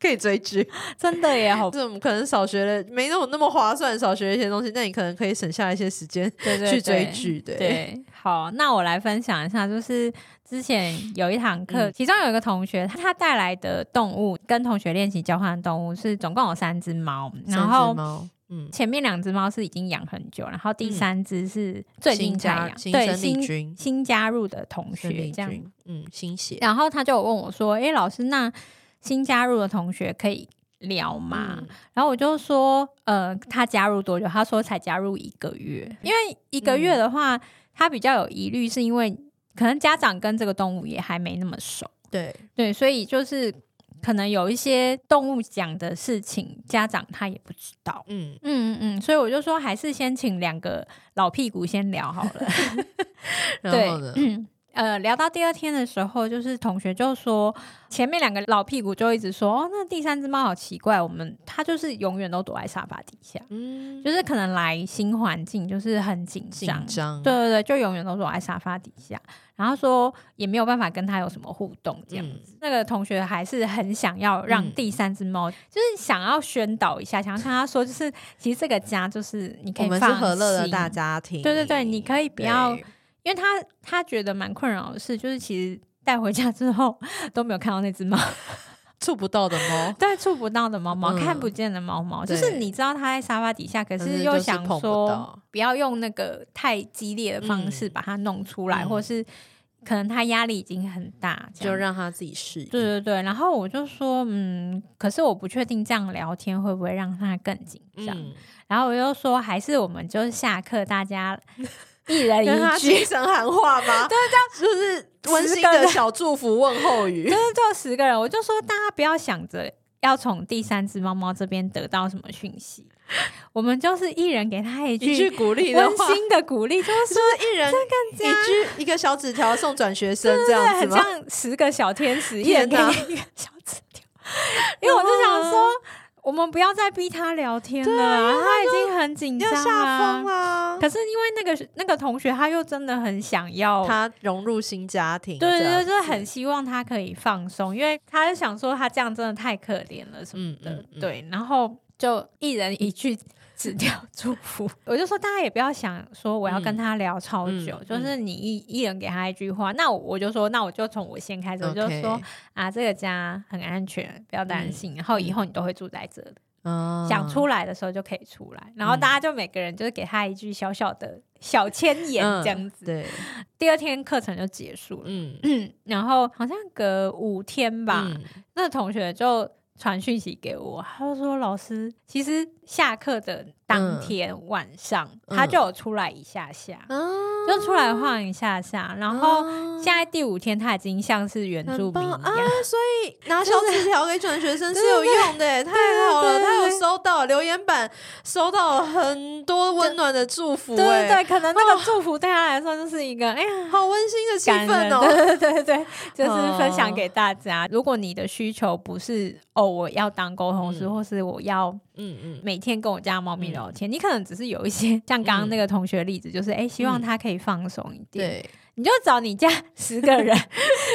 [SPEAKER 1] 可以追剧，
[SPEAKER 2] 真的 耶，好
[SPEAKER 1] 这我们可能少学了，没那种那么划算，少学一些东西，那你可能可以省下一些时间
[SPEAKER 2] 对对
[SPEAKER 1] 去追
[SPEAKER 2] 对
[SPEAKER 1] 剧， 对
[SPEAKER 2] 对，好，那我来分享一下，就是之前有一堂课，
[SPEAKER 1] 嗯
[SPEAKER 2] 其中有一个同学，他他带来的动物跟同学练习交换的动物是总共有三只猫，
[SPEAKER 1] 三
[SPEAKER 2] 然
[SPEAKER 1] 只
[SPEAKER 2] 后。
[SPEAKER 1] 猫，嗯，
[SPEAKER 2] 前面两只猫是已经养很久，然后第
[SPEAKER 1] 嗯
[SPEAKER 2] 三只是最近
[SPEAKER 1] 新
[SPEAKER 2] 才
[SPEAKER 1] 加
[SPEAKER 2] 养，
[SPEAKER 1] 新
[SPEAKER 2] 对
[SPEAKER 1] 生力
[SPEAKER 2] 新
[SPEAKER 1] 军
[SPEAKER 2] 新加入的同
[SPEAKER 1] 生
[SPEAKER 2] 学
[SPEAKER 1] 力
[SPEAKER 2] 这样。
[SPEAKER 1] 军，嗯，新血，
[SPEAKER 2] 然后他就有问我说：“诶，老师，那新加入的同学可以聊吗？”
[SPEAKER 1] 嗯
[SPEAKER 2] 然后我就说，呃，他加入多久？他说才加入一个月，因为一个月的话，他比较有疑虑，是因为可能家长跟这个动物也还没那么熟，
[SPEAKER 1] 对，
[SPEAKER 2] 对，所以就是可能有一些动物讲的事情，家长他也不知道。
[SPEAKER 1] 嗯，
[SPEAKER 2] 嗯嗯嗯，所以我就说，还是先请两个老屁股先聊好了。
[SPEAKER 1] 然后呢，
[SPEAKER 2] 呃，聊到第二天的时候，就是同学就说，前面两个老屁股就一直说，哦，那第三只猫好奇怪，我们它就是永远都躲在沙发底下，
[SPEAKER 1] 嗯，
[SPEAKER 2] 就是可能来新环境就是很紧
[SPEAKER 1] 紧
[SPEAKER 2] 张，
[SPEAKER 1] 张，
[SPEAKER 2] 对对对，就永远都躲在沙发底下，然后说也没有办法跟它有什么互动这样
[SPEAKER 1] 嗯
[SPEAKER 2] 子。那个同学还是很想要让
[SPEAKER 1] 嗯
[SPEAKER 2] 第三只猫，就是想要宣导一下，想要跟他说，就是其实这个家就是你可
[SPEAKER 1] 我
[SPEAKER 2] 以
[SPEAKER 1] 们是
[SPEAKER 2] 放
[SPEAKER 1] 和乐的
[SPEAKER 2] 心
[SPEAKER 1] 大家庭，
[SPEAKER 2] 对对对，你可以不要
[SPEAKER 1] 对
[SPEAKER 2] 因为他他觉得蛮困扰的事，就是其实带回家之后都没有看到那只猫，
[SPEAKER 1] 触不到的猫，
[SPEAKER 2] 对，触不到的猫猫，
[SPEAKER 1] 嗯
[SPEAKER 2] 看不见的猫猫，
[SPEAKER 1] 对
[SPEAKER 2] 就是你知道它在沙发底下，可
[SPEAKER 1] 但是
[SPEAKER 2] 又
[SPEAKER 1] 就是
[SPEAKER 2] 想
[SPEAKER 1] 碰不
[SPEAKER 2] 说
[SPEAKER 1] 到
[SPEAKER 2] 不要用那个太激烈的方式
[SPEAKER 1] 嗯
[SPEAKER 2] 把它弄出来，
[SPEAKER 1] 嗯
[SPEAKER 2] 或是可能它压力已经很大，这
[SPEAKER 1] 就
[SPEAKER 2] 样。
[SPEAKER 1] 让他自己适应，
[SPEAKER 2] 对对对，然后我就说，嗯，可是我不确定这样聊天会不会让它更紧张。
[SPEAKER 1] 嗯，
[SPEAKER 2] 然后我就说，还是我们就是下课大家一人
[SPEAKER 1] 跟他
[SPEAKER 2] 一句
[SPEAKER 1] 轻，声喊话 吗？对，这样就是温
[SPEAKER 2] 十
[SPEAKER 1] 馨
[SPEAKER 2] 个
[SPEAKER 1] 的
[SPEAKER 2] 人
[SPEAKER 1] 小祝福问候语
[SPEAKER 2] 就，是就十个人，我就说大家不要想着要从第三只猫猫这边得到什么讯息，我们就是一人给他一
[SPEAKER 1] 一句
[SPEAKER 2] 句
[SPEAKER 1] 鼓励的
[SPEAKER 2] 温
[SPEAKER 1] 话。
[SPEAKER 2] 馨的鼓励，就是
[SPEAKER 1] 就 是一人一
[SPEAKER 2] 家
[SPEAKER 1] 句一个小纸条送转学生这
[SPEAKER 2] 对，
[SPEAKER 1] 样子
[SPEAKER 2] 很
[SPEAKER 1] 吗？
[SPEAKER 2] 像十个小天使，一
[SPEAKER 1] 天
[SPEAKER 2] 人给
[SPEAKER 1] 哪
[SPEAKER 2] 你一个小纸 条，因为我就想说。我们不要再逼他聊天了，
[SPEAKER 1] 啊
[SPEAKER 2] 他已经很啊紧
[SPEAKER 1] 要
[SPEAKER 2] 张
[SPEAKER 1] 下风
[SPEAKER 2] 了。
[SPEAKER 1] 啦！
[SPEAKER 2] 可是因为那个那个同学，他又真的很想要
[SPEAKER 1] 他融入新家庭，
[SPEAKER 2] 对
[SPEAKER 1] 这样
[SPEAKER 2] 对，
[SPEAKER 1] 子
[SPEAKER 2] 就是很希望他可以放松，因为他就想说他这样真的太可怜了什么的。
[SPEAKER 1] 嗯嗯嗯
[SPEAKER 2] 对，然后就一人一句 纸条祝福，我就说大家也不要想说我要跟他聊超久，
[SPEAKER 1] 嗯嗯嗯
[SPEAKER 2] 就是你一一人给他一句话。那我我就说，那我就从我先开始，我就
[SPEAKER 1] OK
[SPEAKER 2] 说啊，这个家很安全，不要担心，然后以后你都会住在这里。
[SPEAKER 1] 嗯
[SPEAKER 2] 想出来的时候就可以出来，然后大家就每个人就是给他一句小小的小千言
[SPEAKER 1] 嗯
[SPEAKER 2] 这样子。
[SPEAKER 1] 对，
[SPEAKER 2] 第二天课程就结束了，
[SPEAKER 1] 嗯，
[SPEAKER 2] 然后好像隔五天吧，
[SPEAKER 1] 嗯
[SPEAKER 2] 那同学就传讯息给我，他就说老师，其实下课的当天晚上、
[SPEAKER 1] 嗯
[SPEAKER 2] 他就有出来一下下，
[SPEAKER 1] 啊，
[SPEAKER 2] 就出来晃一下下，然后
[SPEAKER 1] 嗯
[SPEAKER 2] 现在第五天他已经像是原
[SPEAKER 1] 很
[SPEAKER 2] 住民一
[SPEAKER 1] 棒
[SPEAKER 2] 样，
[SPEAKER 1] 啊！所以拿小纸条给转学生是
[SPEAKER 2] 对啊
[SPEAKER 1] 有用的耶，太好了！
[SPEAKER 2] 对对
[SPEAKER 1] 他
[SPEAKER 2] 对
[SPEAKER 1] 有收到留言板，收到了很多温暖的祝福，
[SPEAKER 2] 对对
[SPEAKER 1] 哎，
[SPEAKER 2] 对，可能那个祝福对他来说就是一个、哎呀。
[SPEAKER 1] 好温馨的气
[SPEAKER 2] 感
[SPEAKER 1] 氛
[SPEAKER 2] 人，
[SPEAKER 1] 哦。
[SPEAKER 2] 对对对对，就是
[SPEAKER 1] 哦
[SPEAKER 2] 分享给大家。如果你的需求不是哦，我要当沟通师，
[SPEAKER 1] 嗯
[SPEAKER 2] 或是我要
[SPEAKER 1] 嗯嗯，
[SPEAKER 2] 每天跟我家猫咪聊天，你可能只是有 一些像刚刚那个同学例子，就是哎、诶希望它可以放松一
[SPEAKER 1] 嗯
[SPEAKER 2] 点，
[SPEAKER 1] 对，
[SPEAKER 2] 你就找你家十个 人，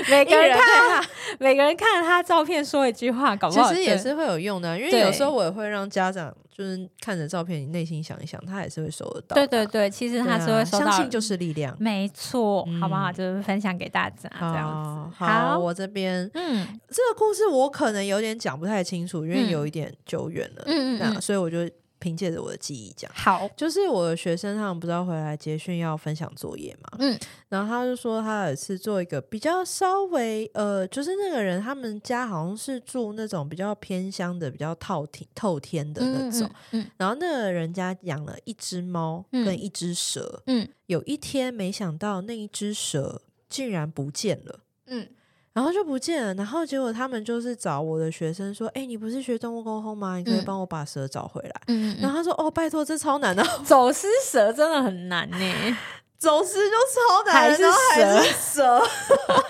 [SPEAKER 2] 每个人
[SPEAKER 1] 一人
[SPEAKER 2] 看他，每个人看他照片说一句话，搞不
[SPEAKER 1] 其
[SPEAKER 2] 好
[SPEAKER 1] 实也
[SPEAKER 2] 对
[SPEAKER 1] 是会有用的啊，因为
[SPEAKER 2] 对
[SPEAKER 1] 有时候我也会让家长就是看着照片，内心想一想，他也是会收得到的
[SPEAKER 2] 对
[SPEAKER 1] 啊。
[SPEAKER 2] 对对，其实
[SPEAKER 1] 对
[SPEAKER 2] 他
[SPEAKER 1] 啊，
[SPEAKER 2] 是会收到，
[SPEAKER 1] 相信就是力量。
[SPEAKER 2] 没错，
[SPEAKER 1] 嗯哦
[SPEAKER 2] 好不好？就是分享给大嗯家这样子，
[SPEAKER 1] 好，
[SPEAKER 2] 好
[SPEAKER 1] 好，我这边
[SPEAKER 2] 嗯
[SPEAKER 1] 这个故事我可能有点讲不太清楚，因
[SPEAKER 2] 嗯
[SPEAKER 1] 为有一点久远了。
[SPEAKER 2] 嗯嗯
[SPEAKER 1] 那
[SPEAKER 2] 嗯，
[SPEAKER 1] 所以我就凭借着我的记忆讲，
[SPEAKER 2] 好，
[SPEAKER 1] 就是我的学生他们不是要回来结训要分享作业嘛，
[SPEAKER 2] 嗯，
[SPEAKER 1] 然后他就说他有一次做一个比较稍微呃，就是那个人他们家好像是住那种比较偏乡的、比较透天透天的那种，
[SPEAKER 2] 嗯，嗯
[SPEAKER 1] 然后那个人家养了一只猫
[SPEAKER 2] 嗯
[SPEAKER 1] 跟一只蛇，
[SPEAKER 2] 嗯
[SPEAKER 1] 有一天没想到那一只蛇竟然不见了。
[SPEAKER 2] 嗯
[SPEAKER 1] 然后就不见了，然后结果他们就是找我的学生说：“哎、你不是学动物沟通吗？你可以
[SPEAKER 2] 嗯
[SPEAKER 1] 帮我把蛇找回来。
[SPEAKER 2] 嗯嗯
[SPEAKER 1] 然
[SPEAKER 2] 嗯，
[SPEAKER 1] 后他说：“哦，拜托，这超难的，
[SPEAKER 2] 走失蛇真的很难呢、
[SPEAKER 1] 走失就超难，
[SPEAKER 2] 还是
[SPEAKER 1] 然后还
[SPEAKER 2] 蛇
[SPEAKER 1] 是蛇。”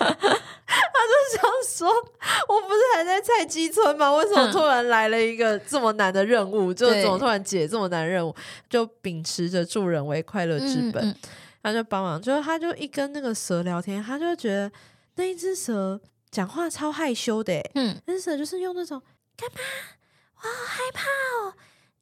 [SPEAKER 1] 他就想说：“我不是还在菜鸡村吗？为什么
[SPEAKER 2] 嗯
[SPEAKER 1] 突然来了一个这么难的任务？就
[SPEAKER 2] 对
[SPEAKER 1] 怎么突然解这么难的任务？就秉持着助人为快乐之本，
[SPEAKER 2] 嗯嗯
[SPEAKER 1] 他就帮忙，就是他就一跟那个蛇聊天，他就觉得那一只蛇讲话超害羞的、欸，
[SPEAKER 2] 嗯，
[SPEAKER 1] 那只蛇就是用那种干嘛，我好害怕哦，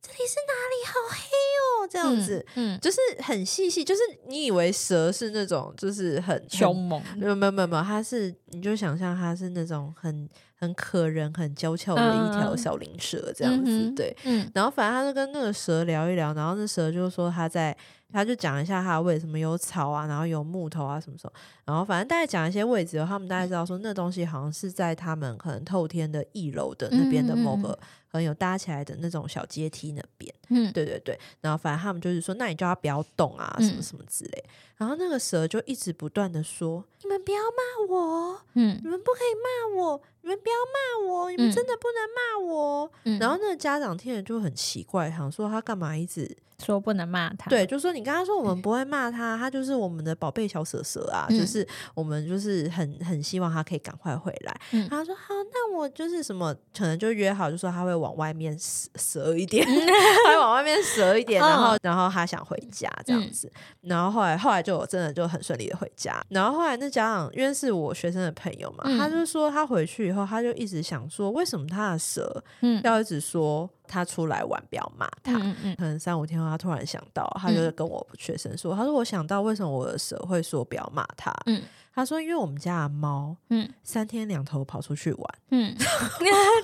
[SPEAKER 1] 这里是哪里？好黑哦，这
[SPEAKER 2] 这
[SPEAKER 1] 样子。，
[SPEAKER 2] 嗯，
[SPEAKER 1] 就是很细细，就是你以为蛇是那种就是很
[SPEAKER 2] 凶，猛，
[SPEAKER 1] 很没有没有没有没有，它是你就想象它是那种很很可人、很娇俏的一条
[SPEAKER 2] 嗯
[SPEAKER 1] 小灵蛇这样子，
[SPEAKER 2] 嗯哼
[SPEAKER 1] 对。
[SPEAKER 2] 嗯
[SPEAKER 1] 然后反正他就跟那个蛇聊一聊，然后那蛇就说他在，他就讲一下他的位置什么有草啊，然后有木头啊什么什么，然后反正大概讲一些位置，他们大概知道说那东西好像是在他们可能透天的一楼的那边的某
[SPEAKER 2] 嗯嗯
[SPEAKER 1] 个很有搭起来的那种小阶梯那边，
[SPEAKER 2] 嗯，
[SPEAKER 1] 对对对。然后反正他们就是说，那你叫他不要动啊，什么
[SPEAKER 2] 嗯
[SPEAKER 1] 什么之类。然后那个蛇就一直不断的说，你们不要骂我，
[SPEAKER 2] 嗯
[SPEAKER 1] 你们不可以骂我，你们不要骂我，你们
[SPEAKER 2] 嗯
[SPEAKER 1] 真的不能骂我。
[SPEAKER 2] 嗯，
[SPEAKER 1] 然后那个家长听了就很奇怪，想说他干嘛一直
[SPEAKER 2] 说不能骂他，
[SPEAKER 1] 对，就说你跟他说我们不会骂他，他就是我们的宝贝小蛇蛇啊，
[SPEAKER 2] 嗯
[SPEAKER 1] 就是我们就是很很希望他可以赶快回来。
[SPEAKER 2] 嗯
[SPEAKER 1] 他说好，那我就是什么，可能就约好，就说他会往外面蛇蛇一点，
[SPEAKER 2] 嗯
[SPEAKER 1] 他会往外面蛇一点，然后然后他想回家这
[SPEAKER 2] 嗯
[SPEAKER 1] 样子。然后后来后来就真的就很顺利的回家。然后后来那家长因为是我学生的朋友嘛，
[SPEAKER 2] 嗯
[SPEAKER 1] 他就说他回去以后，他就一直想说为什么他的蛇
[SPEAKER 2] 嗯，
[SPEAKER 1] 要一直说他出来玩，不要骂他。
[SPEAKER 2] 嗯嗯
[SPEAKER 1] 可能三五天后，他突然想到，他就
[SPEAKER 2] 嗯
[SPEAKER 1] 跟我学生说：“他说我想到为什么我的蛇会说不要骂他。
[SPEAKER 2] 嗯”
[SPEAKER 1] 他说：“因为我们家的猫
[SPEAKER 2] 嗯
[SPEAKER 1] 三天两头跑出去玩，
[SPEAKER 2] 嗯，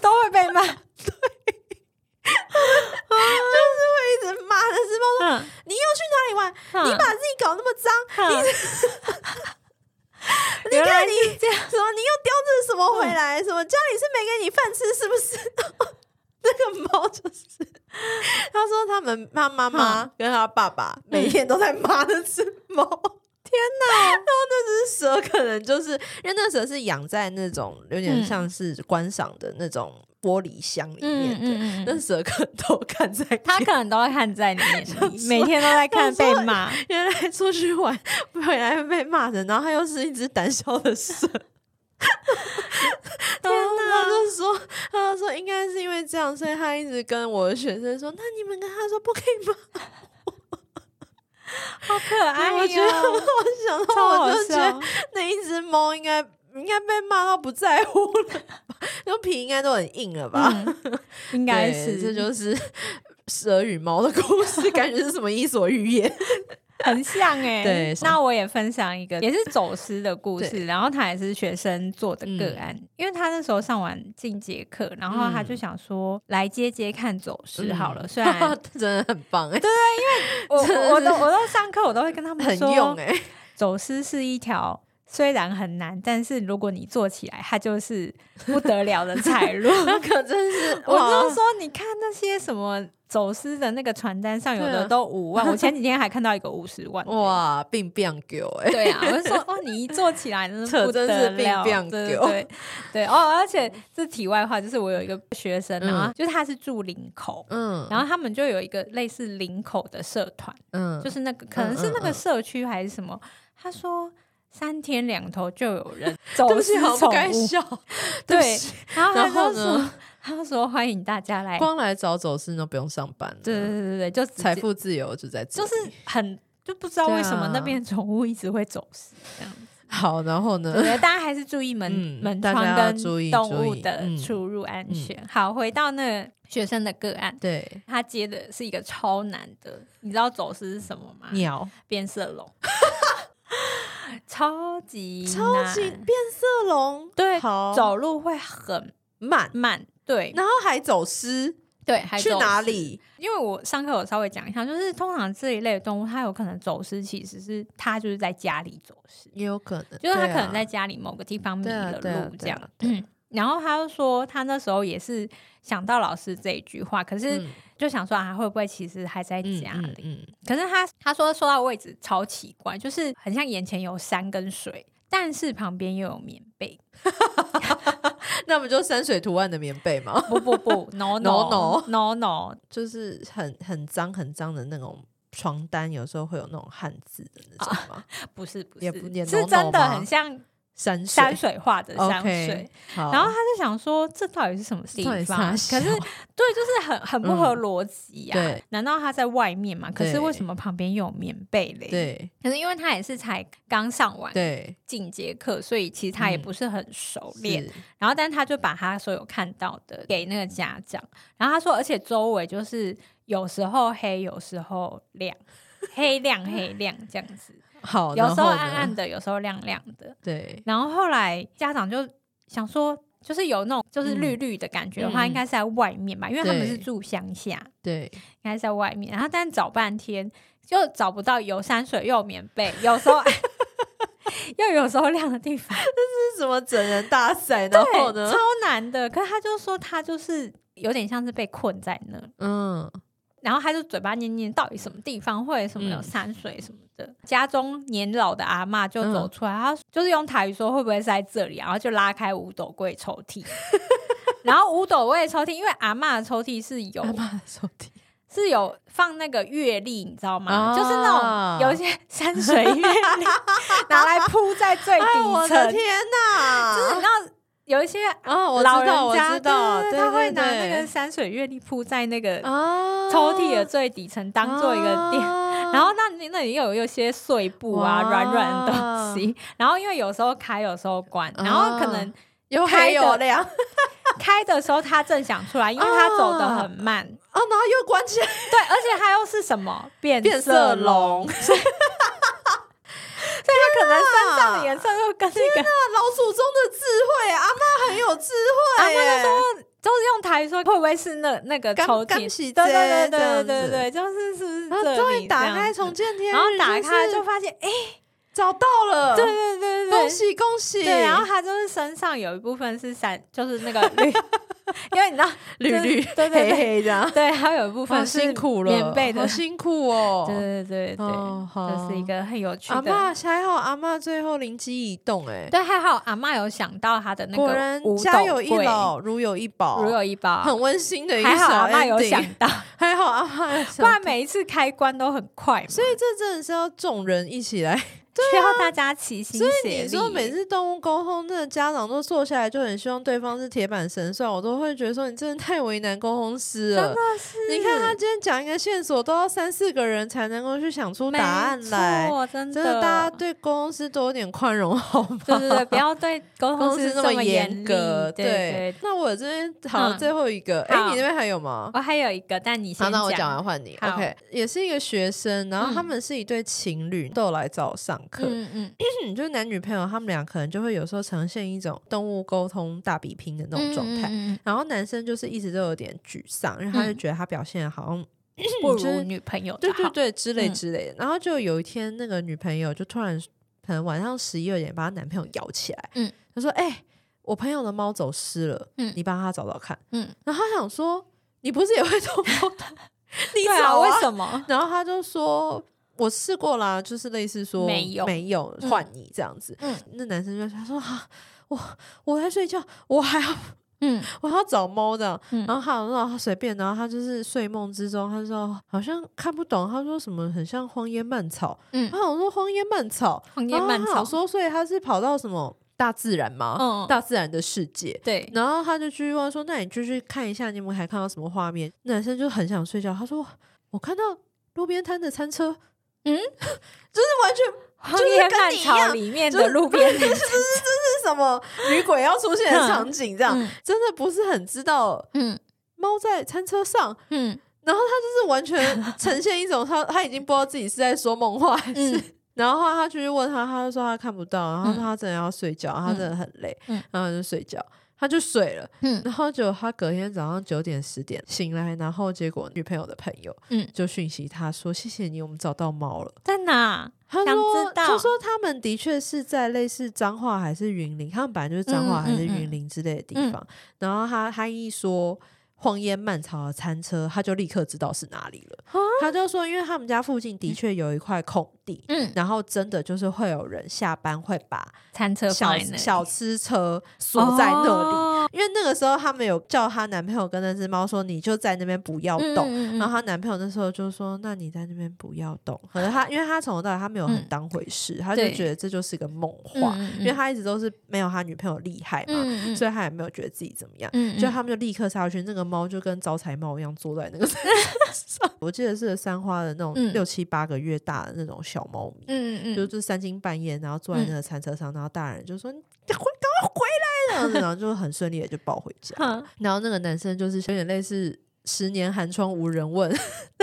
[SPEAKER 2] 都会被骂，
[SPEAKER 1] 一直骂那只猫，
[SPEAKER 2] 嗯，
[SPEAKER 1] 你又去哪里玩？你把自己搞那么脏，
[SPEAKER 2] 你
[SPEAKER 1] 你看你什么？你又叼着什么回来？什么家里是没给你饭吃是不是？” 那个猫就是，他说他们他妈妈跟他爸爸每天都在骂那只猫。天哪！然后那只蛇可能就是因为那蛇是养在那种有点
[SPEAKER 2] 嗯
[SPEAKER 1] 像是观赏的那种玻璃箱里面的，
[SPEAKER 2] 嗯
[SPEAKER 1] 那蛇可能都看在
[SPEAKER 2] 他
[SPEAKER 1] 眼
[SPEAKER 2] 可能都会看在你眼里，每天都在看被骂，
[SPEAKER 1] 原来出去玩本来被骂的，然后他又是一只胆小的蛇。 天哪！他就说，他就说应该是因为这样，所以他一直跟我的学生说：“那你们跟他说不可以骂。
[SPEAKER 2] 好可爱
[SPEAKER 1] 我觉得很
[SPEAKER 2] 哟，
[SPEAKER 1] 好想
[SPEAKER 2] 超
[SPEAKER 1] 到，
[SPEAKER 2] 好
[SPEAKER 1] 我就觉
[SPEAKER 2] 笑
[SPEAKER 1] 得，那一只猫应该应该被骂到不在乎了吧，那皮应该都很硬了吧？
[SPEAKER 2] 嗯，应该
[SPEAKER 1] 对
[SPEAKER 2] 是，
[SPEAKER 1] 这就是蛇与猫的故事，感觉是什么伊索寓言。
[SPEAKER 2] 很像哎、
[SPEAKER 1] 对
[SPEAKER 2] 那我也分享一个，也是走私的故
[SPEAKER 1] 对嗯
[SPEAKER 2] 事，然后他也是学生做的个案，因为他那时候上完进阶课，然后他就想说、来接接看走私 好了，
[SPEAKER 1] 嗯
[SPEAKER 2] 虽然
[SPEAKER 1] 真的很棒哎、
[SPEAKER 2] 我
[SPEAKER 1] 真的
[SPEAKER 2] 我我
[SPEAKER 1] 是
[SPEAKER 2] 都我都上课我都会跟他们
[SPEAKER 1] 很
[SPEAKER 2] 说，
[SPEAKER 1] 用哎、
[SPEAKER 2] 走私是一条虽然很难，但是如果你做起来，它就是不得了 的财路。
[SPEAKER 1] 那可真是
[SPEAKER 2] 嗯我
[SPEAKER 1] 哇
[SPEAKER 2] 就说，你看那些什么走私的那个传单上，有
[SPEAKER 1] 对啊
[SPEAKER 2] 的都五万，我前几天还看到一个五 十万。
[SPEAKER 1] 哇，病病狗哎，
[SPEAKER 2] 对啊，我就说哇，你一做起来真是不得
[SPEAKER 1] 扯
[SPEAKER 2] 了，
[SPEAKER 1] 真是病病
[SPEAKER 2] 对
[SPEAKER 1] 狗
[SPEAKER 2] 对对哦，而且这题外话，就是我有一个学生
[SPEAKER 1] 嗯
[SPEAKER 2] 啊，就是他是住林口，
[SPEAKER 1] 嗯，
[SPEAKER 2] 然
[SPEAKER 1] 后
[SPEAKER 2] 后他们就有一个类似林口的社团，
[SPEAKER 1] 嗯，
[SPEAKER 2] 就是是那个可能是那个社区还是什么，他说三天两头就有人 走
[SPEAKER 1] 对不
[SPEAKER 2] 私
[SPEAKER 1] 起，好
[SPEAKER 2] 宠
[SPEAKER 1] 不该
[SPEAKER 2] 物，
[SPEAKER 1] 笑，对不
[SPEAKER 2] 对
[SPEAKER 1] 起，
[SPEAKER 2] 然后他
[SPEAKER 1] 然后
[SPEAKER 2] 就
[SPEAKER 1] 呢
[SPEAKER 2] 说，他就说欢迎大家 来，
[SPEAKER 1] 光来找走私都不用上班了，
[SPEAKER 2] 对对对对对，就直接
[SPEAKER 1] 财富自由就在这
[SPEAKER 2] 就
[SPEAKER 1] 里，
[SPEAKER 2] 是很就不知道为什
[SPEAKER 1] 对
[SPEAKER 2] 么
[SPEAKER 1] 啊
[SPEAKER 2] 那边宠物一直会走私这样子。
[SPEAKER 1] 好，然后呢
[SPEAKER 2] 我？觉得大家还是注意门、
[SPEAKER 1] 嗯
[SPEAKER 2] 门
[SPEAKER 1] 大
[SPEAKER 2] 窗
[SPEAKER 1] 家要
[SPEAKER 2] 跟
[SPEAKER 1] 注意
[SPEAKER 2] 动
[SPEAKER 1] 注
[SPEAKER 2] 物
[SPEAKER 1] 意
[SPEAKER 2] 的
[SPEAKER 1] 嗯
[SPEAKER 2] 出入安全。好，回到那个学生的个案，
[SPEAKER 1] 对，
[SPEAKER 2] 他接的是一个超难的，你知道走私是什么吗？
[SPEAKER 1] 鸟，
[SPEAKER 2] 变色龙， 超级
[SPEAKER 1] 超级
[SPEAKER 2] 难
[SPEAKER 1] 变色龙，
[SPEAKER 2] 对
[SPEAKER 1] 好
[SPEAKER 2] 走路会很
[SPEAKER 1] 慢，
[SPEAKER 2] 慢，对
[SPEAKER 1] 然后还走私，
[SPEAKER 2] 对，还
[SPEAKER 1] 去
[SPEAKER 2] 走
[SPEAKER 1] 哪
[SPEAKER 2] 私？
[SPEAKER 1] 里？
[SPEAKER 2] 因为我上课有稍微讲一下，就是通常这一类的动物，它有可能走私，其实是它就是在家里走私，
[SPEAKER 1] 也有可能，
[SPEAKER 2] 就是它
[SPEAKER 1] 对
[SPEAKER 2] 可
[SPEAKER 1] 啊
[SPEAKER 2] 能在家里某个地方迷
[SPEAKER 1] 对啊
[SPEAKER 2] 了
[SPEAKER 1] 对啊
[SPEAKER 2] 路
[SPEAKER 1] 对
[SPEAKER 2] 这样
[SPEAKER 1] 啊。
[SPEAKER 2] 嗯然后他就说，他那时候也是想到老师这一句话，可是
[SPEAKER 1] 嗯
[SPEAKER 2] 就想说啊，会不会其实还在
[SPEAKER 1] 嗯
[SPEAKER 2] 家
[SPEAKER 1] 嗯
[SPEAKER 2] 里？
[SPEAKER 1] 嗯，
[SPEAKER 2] 可是他他说说到位置超奇怪，就是很像眼前有山跟水，但是旁边又有棉 被。
[SPEAKER 1] 那不就山水图案的棉被吗？
[SPEAKER 2] 不不不，no no no no，
[SPEAKER 1] 就是很很脏很脏的那种床单，有时候会有那种汉字的那种吗？
[SPEAKER 2] 不是不
[SPEAKER 1] 也不
[SPEAKER 2] 是，
[SPEAKER 1] 也
[SPEAKER 2] 是
[SPEAKER 1] no no
[SPEAKER 2] 真的
[SPEAKER 1] 吗
[SPEAKER 2] 很像
[SPEAKER 1] 山水，
[SPEAKER 2] 山水画的山
[SPEAKER 1] OK，
[SPEAKER 2] 水。
[SPEAKER 1] 好
[SPEAKER 2] 然后他就想说，这到底是什么地
[SPEAKER 1] 到底
[SPEAKER 2] 方？
[SPEAKER 1] 啥
[SPEAKER 2] 可
[SPEAKER 1] 小
[SPEAKER 2] 是对，就是很很不合
[SPEAKER 1] 嗯
[SPEAKER 2] 逻辑呀、
[SPEAKER 1] 对
[SPEAKER 2] 难道他在外面嘛？可是
[SPEAKER 1] 对
[SPEAKER 2] 为什么旁边又有棉被嘞？。
[SPEAKER 1] 对
[SPEAKER 2] 可是因为他也是才刚上 完
[SPEAKER 1] 对
[SPEAKER 2] 进阶课，所以其实他也
[SPEAKER 1] 嗯
[SPEAKER 2] 不是很熟练。
[SPEAKER 1] 是
[SPEAKER 2] 然后，但他就把他所有看到的给那个家长，然后他说，而且周围就是有时候黑，有时候亮，黑亮黑亮这样子，
[SPEAKER 1] 好，
[SPEAKER 2] 有
[SPEAKER 1] 哦然
[SPEAKER 2] 时候
[SPEAKER 1] 后
[SPEAKER 2] 暗
[SPEAKER 1] 呢
[SPEAKER 2] 暗的，有时候亮亮的。
[SPEAKER 1] 对。
[SPEAKER 2] 然后后来家长就想说，就是有那种就是绿绿的感觉的话，
[SPEAKER 1] 嗯
[SPEAKER 2] 应该是在外面吧，因为他们
[SPEAKER 1] 对
[SPEAKER 2] 是住乡下，
[SPEAKER 1] 对，
[SPEAKER 2] 应该是在外面。然后但找半天就找不到有山水又有棉被，有时候 又有时候亮的地方。
[SPEAKER 1] 这是什么整人大赛？然后
[SPEAKER 2] 对
[SPEAKER 1] 呢
[SPEAKER 2] 超？难的。可是他就说他就是有点像是被困在那，
[SPEAKER 1] 嗯，
[SPEAKER 2] 然后他就嘴巴念念到底什么地方会什么有
[SPEAKER 1] 嗯
[SPEAKER 2] 山水什么的。家中年老的阿嬷就走
[SPEAKER 1] 嗯
[SPEAKER 2] 出来，她就是用台语说会不会是在这里，然后就拉开五斗柜抽屉。 然后五斗柜抽屉，因为阿嬷的抽屉是有
[SPEAKER 1] 阿妈的手提，
[SPEAKER 2] 是有放那个月历，你知道吗？
[SPEAKER 1] 啊
[SPEAKER 2] 就是那种有一些山水 月历拿来铺在最底
[SPEAKER 1] 哎，我的
[SPEAKER 2] 层，
[SPEAKER 1] 天哪！
[SPEAKER 2] 就是你知道有一些
[SPEAKER 1] 啊，我知
[SPEAKER 2] 老人
[SPEAKER 1] 道，我
[SPEAKER 2] 家
[SPEAKER 1] 知道，
[SPEAKER 2] 对
[SPEAKER 1] 对
[SPEAKER 2] 他会
[SPEAKER 1] 对
[SPEAKER 2] 拿那
[SPEAKER 1] 对
[SPEAKER 2] 个山水月历铺在那个
[SPEAKER 1] 啊
[SPEAKER 2] 抽屉的最底层，当做一个垫。
[SPEAKER 1] 啊
[SPEAKER 2] 然后那里那里又有有一些碎布啊，
[SPEAKER 1] 哇
[SPEAKER 2] 软软的东西。然后因为有时候开，有时候关，
[SPEAKER 1] 啊
[SPEAKER 2] 然后可能
[SPEAKER 1] 有
[SPEAKER 2] 开
[SPEAKER 1] 黑
[SPEAKER 2] 的
[SPEAKER 1] 有 哦亮，
[SPEAKER 2] 开的时候他正想出来，因为他走得很慢，
[SPEAKER 1] 啊，然后又关起来，
[SPEAKER 2] 对，而且他又是什么变
[SPEAKER 1] 变
[SPEAKER 2] 色
[SPEAKER 1] 色
[SPEAKER 2] 龙
[SPEAKER 1] 龙，
[SPEAKER 2] 所以所以他可能身
[SPEAKER 1] 嗯
[SPEAKER 2] 上的颜色又跟那个
[SPEAKER 1] 老祖宗的智慧，阿妈很有智
[SPEAKER 2] 阿
[SPEAKER 1] 慧
[SPEAKER 2] 嬷就
[SPEAKER 1] 耶。
[SPEAKER 2] 说，就是用台语说，会不会是那那个
[SPEAKER 1] 刚
[SPEAKER 2] 抽屉？
[SPEAKER 1] 刚洗
[SPEAKER 2] 对对
[SPEAKER 1] 街
[SPEAKER 2] 对
[SPEAKER 1] 这
[SPEAKER 2] 对
[SPEAKER 1] 样
[SPEAKER 2] 对
[SPEAKER 1] 子
[SPEAKER 2] 对，就是是不是
[SPEAKER 1] 然后
[SPEAKER 2] 这
[SPEAKER 1] 终
[SPEAKER 2] 里
[SPEAKER 1] 于打
[SPEAKER 2] 这样
[SPEAKER 1] 开
[SPEAKER 2] 子
[SPEAKER 1] 重见天日，
[SPEAKER 2] 然后打开
[SPEAKER 1] 是
[SPEAKER 2] 就
[SPEAKER 1] 不是
[SPEAKER 2] 发现，哎、
[SPEAKER 1] 找到了，
[SPEAKER 2] 对对对对对，
[SPEAKER 1] 恭喜恭喜！
[SPEAKER 2] 对，然后它就是身上有一部分是闪，就是那个 绿，因为你知道
[SPEAKER 1] 绿
[SPEAKER 2] 就是
[SPEAKER 1] 绿黑
[SPEAKER 2] 对对对
[SPEAKER 1] 黑的，
[SPEAKER 2] 对，还有一部
[SPEAKER 1] 好
[SPEAKER 2] 分是
[SPEAKER 1] 辛苦了，
[SPEAKER 2] 棉被的
[SPEAKER 1] 好，辛苦哦。
[SPEAKER 2] 对对对对对，
[SPEAKER 1] 哦
[SPEAKER 2] 这是一个很有趣
[SPEAKER 1] 阿
[SPEAKER 2] 的
[SPEAKER 1] 妈。还好，阿妈最后灵机一动，哎，
[SPEAKER 2] 对，还好阿嬷有想到她的那
[SPEAKER 1] 果
[SPEAKER 2] 个
[SPEAKER 1] 然
[SPEAKER 2] 五
[SPEAKER 1] 家
[SPEAKER 2] 斗
[SPEAKER 1] 有一
[SPEAKER 2] 柜，
[SPEAKER 1] 老，如有一宝
[SPEAKER 2] 如，有一宝，
[SPEAKER 1] 很温馨的一个
[SPEAKER 2] 还好
[SPEAKER 1] 小
[SPEAKER 2] 阿嬷
[SPEAKER 1] ending。
[SPEAKER 2] 有想到，
[SPEAKER 1] 还好阿妈有想
[SPEAKER 2] 不然每一次开关都很快嘛。
[SPEAKER 1] 所以这真的是要众人一起来
[SPEAKER 2] 需要大家齐心
[SPEAKER 1] 所以
[SPEAKER 2] 协力。
[SPEAKER 1] 你说每次动物沟通，那家长都坐下来就很希望对方是铁板神算，我都会觉得说你真的太为难沟通师
[SPEAKER 2] 真
[SPEAKER 1] 了
[SPEAKER 2] 的。是，
[SPEAKER 1] 你看他今天讲一个线索，都要三四个人才能够去想出答案来
[SPEAKER 2] 没。错，真
[SPEAKER 1] 真的，大家对公司多有点宽容好吗？
[SPEAKER 2] 对对对，不要对沟
[SPEAKER 1] 公
[SPEAKER 2] 通
[SPEAKER 1] 司
[SPEAKER 2] 师
[SPEAKER 1] 那
[SPEAKER 2] 这
[SPEAKER 1] 么
[SPEAKER 2] 么
[SPEAKER 1] 严格，
[SPEAKER 2] 厉对对。
[SPEAKER 1] 那我这边好像
[SPEAKER 2] 嗯
[SPEAKER 1] 最后一个，哎、
[SPEAKER 2] 好
[SPEAKER 1] 你那边还有吗？
[SPEAKER 2] 我还有一个，但你
[SPEAKER 1] 好，
[SPEAKER 2] 先
[SPEAKER 1] 那我讲完换你。
[SPEAKER 2] 好
[SPEAKER 1] OK，也是一个学生，然后他们是一对情侣，都有来找我上课。
[SPEAKER 2] 嗯嗯，
[SPEAKER 1] 嗯，就是男女朋友，他们俩可能就会有时候呈现一种动物沟通大比拼的那种状态。
[SPEAKER 2] 嗯嗯嗯
[SPEAKER 1] 然后男生就是一直都有点沮丧，因为他就
[SPEAKER 2] 嗯
[SPEAKER 1] 觉得他表现得好像
[SPEAKER 2] 嗯不
[SPEAKER 1] 就是
[SPEAKER 2] 如女朋友的
[SPEAKER 1] 对对
[SPEAKER 2] 好
[SPEAKER 1] 对，之类
[SPEAKER 2] 嗯
[SPEAKER 1] 之类的。然后就有一天，那个女朋友就突然可能晚上十一二点把她男朋友摇起来，
[SPEAKER 2] 嗯，
[SPEAKER 1] 她说：“哎、我朋友的猫走失了，
[SPEAKER 2] 嗯
[SPEAKER 1] 你帮他找找看。”
[SPEAKER 2] 嗯，
[SPEAKER 1] 然后她想说：“你不是也会动 猫的？你
[SPEAKER 2] 对啊，
[SPEAKER 1] 找
[SPEAKER 2] 为
[SPEAKER 1] 啊。
[SPEAKER 2] 什么？
[SPEAKER 1] 然后她就说。我试过啦，就是类似说
[SPEAKER 2] 没有
[SPEAKER 1] 没有
[SPEAKER 2] 嗯
[SPEAKER 1] 换你这样子，
[SPEAKER 2] 嗯
[SPEAKER 1] 那男生就说他说啊，我我在睡觉，我还要
[SPEAKER 2] 嗯
[SPEAKER 1] 我要找猫这样，
[SPEAKER 2] 嗯
[SPEAKER 1] 然后他让他随便，然后他就是睡梦之中，他说好像看不懂，他说什么很像荒野蔓草，
[SPEAKER 2] 嗯
[SPEAKER 1] 然，后我说荒野蔓草，
[SPEAKER 2] 荒野
[SPEAKER 1] 然
[SPEAKER 2] 蔓
[SPEAKER 1] 后他
[SPEAKER 2] 草
[SPEAKER 1] 好说所以他是跑到什么大自然吗？
[SPEAKER 2] 嗯
[SPEAKER 1] 大自然的世界。
[SPEAKER 2] 对，
[SPEAKER 1] 然后他就继续问说：“那你继续看一下，你们还看到什么画面？”男生就很想睡觉，他说：“我看到路边摊的餐车，
[SPEAKER 2] 嗯
[SPEAKER 1] 就是完全
[SPEAKER 2] 荒
[SPEAKER 1] 就是
[SPEAKER 2] 野
[SPEAKER 1] 跟
[SPEAKER 2] 蔓
[SPEAKER 1] 你一
[SPEAKER 2] 草
[SPEAKER 1] 样
[SPEAKER 2] 里面
[SPEAKER 1] 就是
[SPEAKER 2] 的路边
[SPEAKER 1] 这是这是什么女鬼要出现的场景？这样、
[SPEAKER 2] 嗯
[SPEAKER 1] 真的不是很知道
[SPEAKER 2] 嗯
[SPEAKER 1] 猫在餐车上，
[SPEAKER 2] 嗯
[SPEAKER 1] 就是完 全呈现一种他他已经不知道自己是在说梦话还是。
[SPEAKER 2] 嗯
[SPEAKER 1] 然后他去问他，他就说他看不到，然后
[SPEAKER 2] 嗯
[SPEAKER 1] 他真的要睡觉，他真的很累，
[SPEAKER 2] 嗯
[SPEAKER 1] 然后他就睡觉，他就睡了。
[SPEAKER 2] 嗯
[SPEAKER 1] 然后结果他隔天早上九点十点醒来，然后结果女朋友的朋友
[SPEAKER 2] 嗯，
[SPEAKER 1] 就讯息他说：“谢谢你，我们找到猫了。”
[SPEAKER 2] 在哪？
[SPEAKER 1] 他
[SPEAKER 2] 想
[SPEAKER 1] 说
[SPEAKER 2] 知：“道
[SPEAKER 1] 他说他们的确是在类似彰化还是云林，他们本来就是彰化
[SPEAKER 2] 嗯
[SPEAKER 1] 还是
[SPEAKER 2] 嗯
[SPEAKER 1] 云
[SPEAKER 2] 嗯
[SPEAKER 1] 林之类的地
[SPEAKER 2] 嗯
[SPEAKER 1] 方。然后他他一说荒烟蔓草的餐车，他就立刻知道是哪里了。
[SPEAKER 2] 啊
[SPEAKER 1] 他就说，因为他们家附近的确有一块空地。
[SPEAKER 2] 嗯，
[SPEAKER 1] 然后真的就是会有人下班会把
[SPEAKER 2] 餐车
[SPEAKER 1] 小
[SPEAKER 2] 放在那里
[SPEAKER 1] 小吃车锁在那里，
[SPEAKER 2] 哦
[SPEAKER 1] 因为那个时候他们有叫她男朋友跟那只猫说，你就在那边不要动，
[SPEAKER 2] 嗯嗯嗯
[SPEAKER 1] 然后她男朋友那时候就说：“那你在那边不要动。”可是她，因为她从头到尾她没有很
[SPEAKER 2] 嗯
[SPEAKER 1] 当回事，她就
[SPEAKER 2] 对
[SPEAKER 1] 觉得这就是个梦话，
[SPEAKER 2] 嗯嗯嗯
[SPEAKER 1] 因为她一直都是没有她女朋友厉害嘛，
[SPEAKER 2] 嗯嗯
[SPEAKER 1] 所以她也没有觉得自己怎么样。
[SPEAKER 2] 嗯，
[SPEAKER 1] 就
[SPEAKER 2] 嗯
[SPEAKER 1] 他们就立刻杀过去，那个猫就跟招财猫一样坐在那个 山上。我记得是三花的那种
[SPEAKER 2] 嗯
[SPEAKER 1] 六七八个月大的那种小猫咪，
[SPEAKER 2] 嗯嗯
[SPEAKER 1] 就
[SPEAKER 2] 嗯，
[SPEAKER 1] 是三更半夜，然后坐在
[SPEAKER 2] 嗯
[SPEAKER 1] 那个餐车上，然后大人就说：“你赶快赶快回来！”这样子，然后就很顺利的就抱回 家。
[SPEAKER 2] 哼
[SPEAKER 1] 然后那个男生就是有点类似十年寒窗无人问，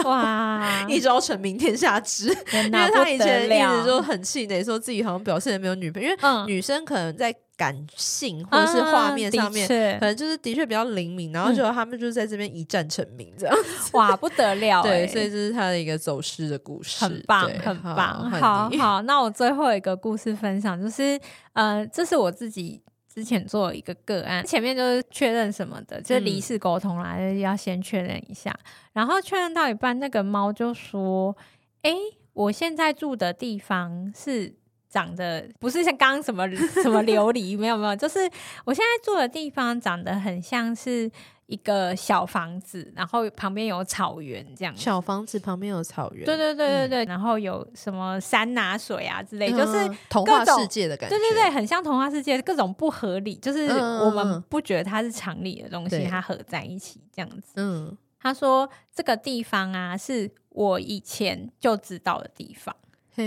[SPEAKER 2] 哇，
[SPEAKER 1] 一招成名天下知，因
[SPEAKER 2] 因为
[SPEAKER 1] 为他以前一直就很气馁，说自己好像表现的没有女朋友，因为
[SPEAKER 2] 嗯，啊
[SPEAKER 1] 女生可能在感性或者是画面上面。
[SPEAKER 2] 面
[SPEAKER 1] 可能就是的确比较灵敏，然后就他们就是在这边一战成名这样，
[SPEAKER 2] 哇不得了欸，
[SPEAKER 1] 对，所以这是他的一个走失的故事，
[SPEAKER 2] 很棒，
[SPEAKER 1] 对
[SPEAKER 2] 很棒，
[SPEAKER 1] 好
[SPEAKER 2] 好
[SPEAKER 1] 换你
[SPEAKER 2] 好。那我最后一个故事分享就是，呃，这是我自己。之前做了一个个案，前面就是确认什么的，就是离
[SPEAKER 1] 嗯
[SPEAKER 2] 世沟通啦，就是要先确认一下。然后确认到一半，那个猫就说：“诶，我现在住的地方是长得不是像刚刚什么什么琉璃，没有没有，就是我现在住的地方长得很像是一个小房子，然后旁边有草原这样子。”
[SPEAKER 1] 小房子旁边有草原，
[SPEAKER 2] 对对对对对，然后有什么山拿水啊之类，
[SPEAKER 1] 嗯，
[SPEAKER 2] 就是
[SPEAKER 1] 童
[SPEAKER 2] 各
[SPEAKER 1] 话
[SPEAKER 2] 种
[SPEAKER 1] 世界的感觉，
[SPEAKER 2] 对对对，很像童话世界各种不合理，就是
[SPEAKER 1] 嗯嗯嗯
[SPEAKER 2] 我们不觉得它是常理的东
[SPEAKER 1] 对
[SPEAKER 2] 西，它合在一起这样子。
[SPEAKER 1] 嗯，
[SPEAKER 2] 他说这个地方啊，是我以前就知道的地方，
[SPEAKER 1] 嘿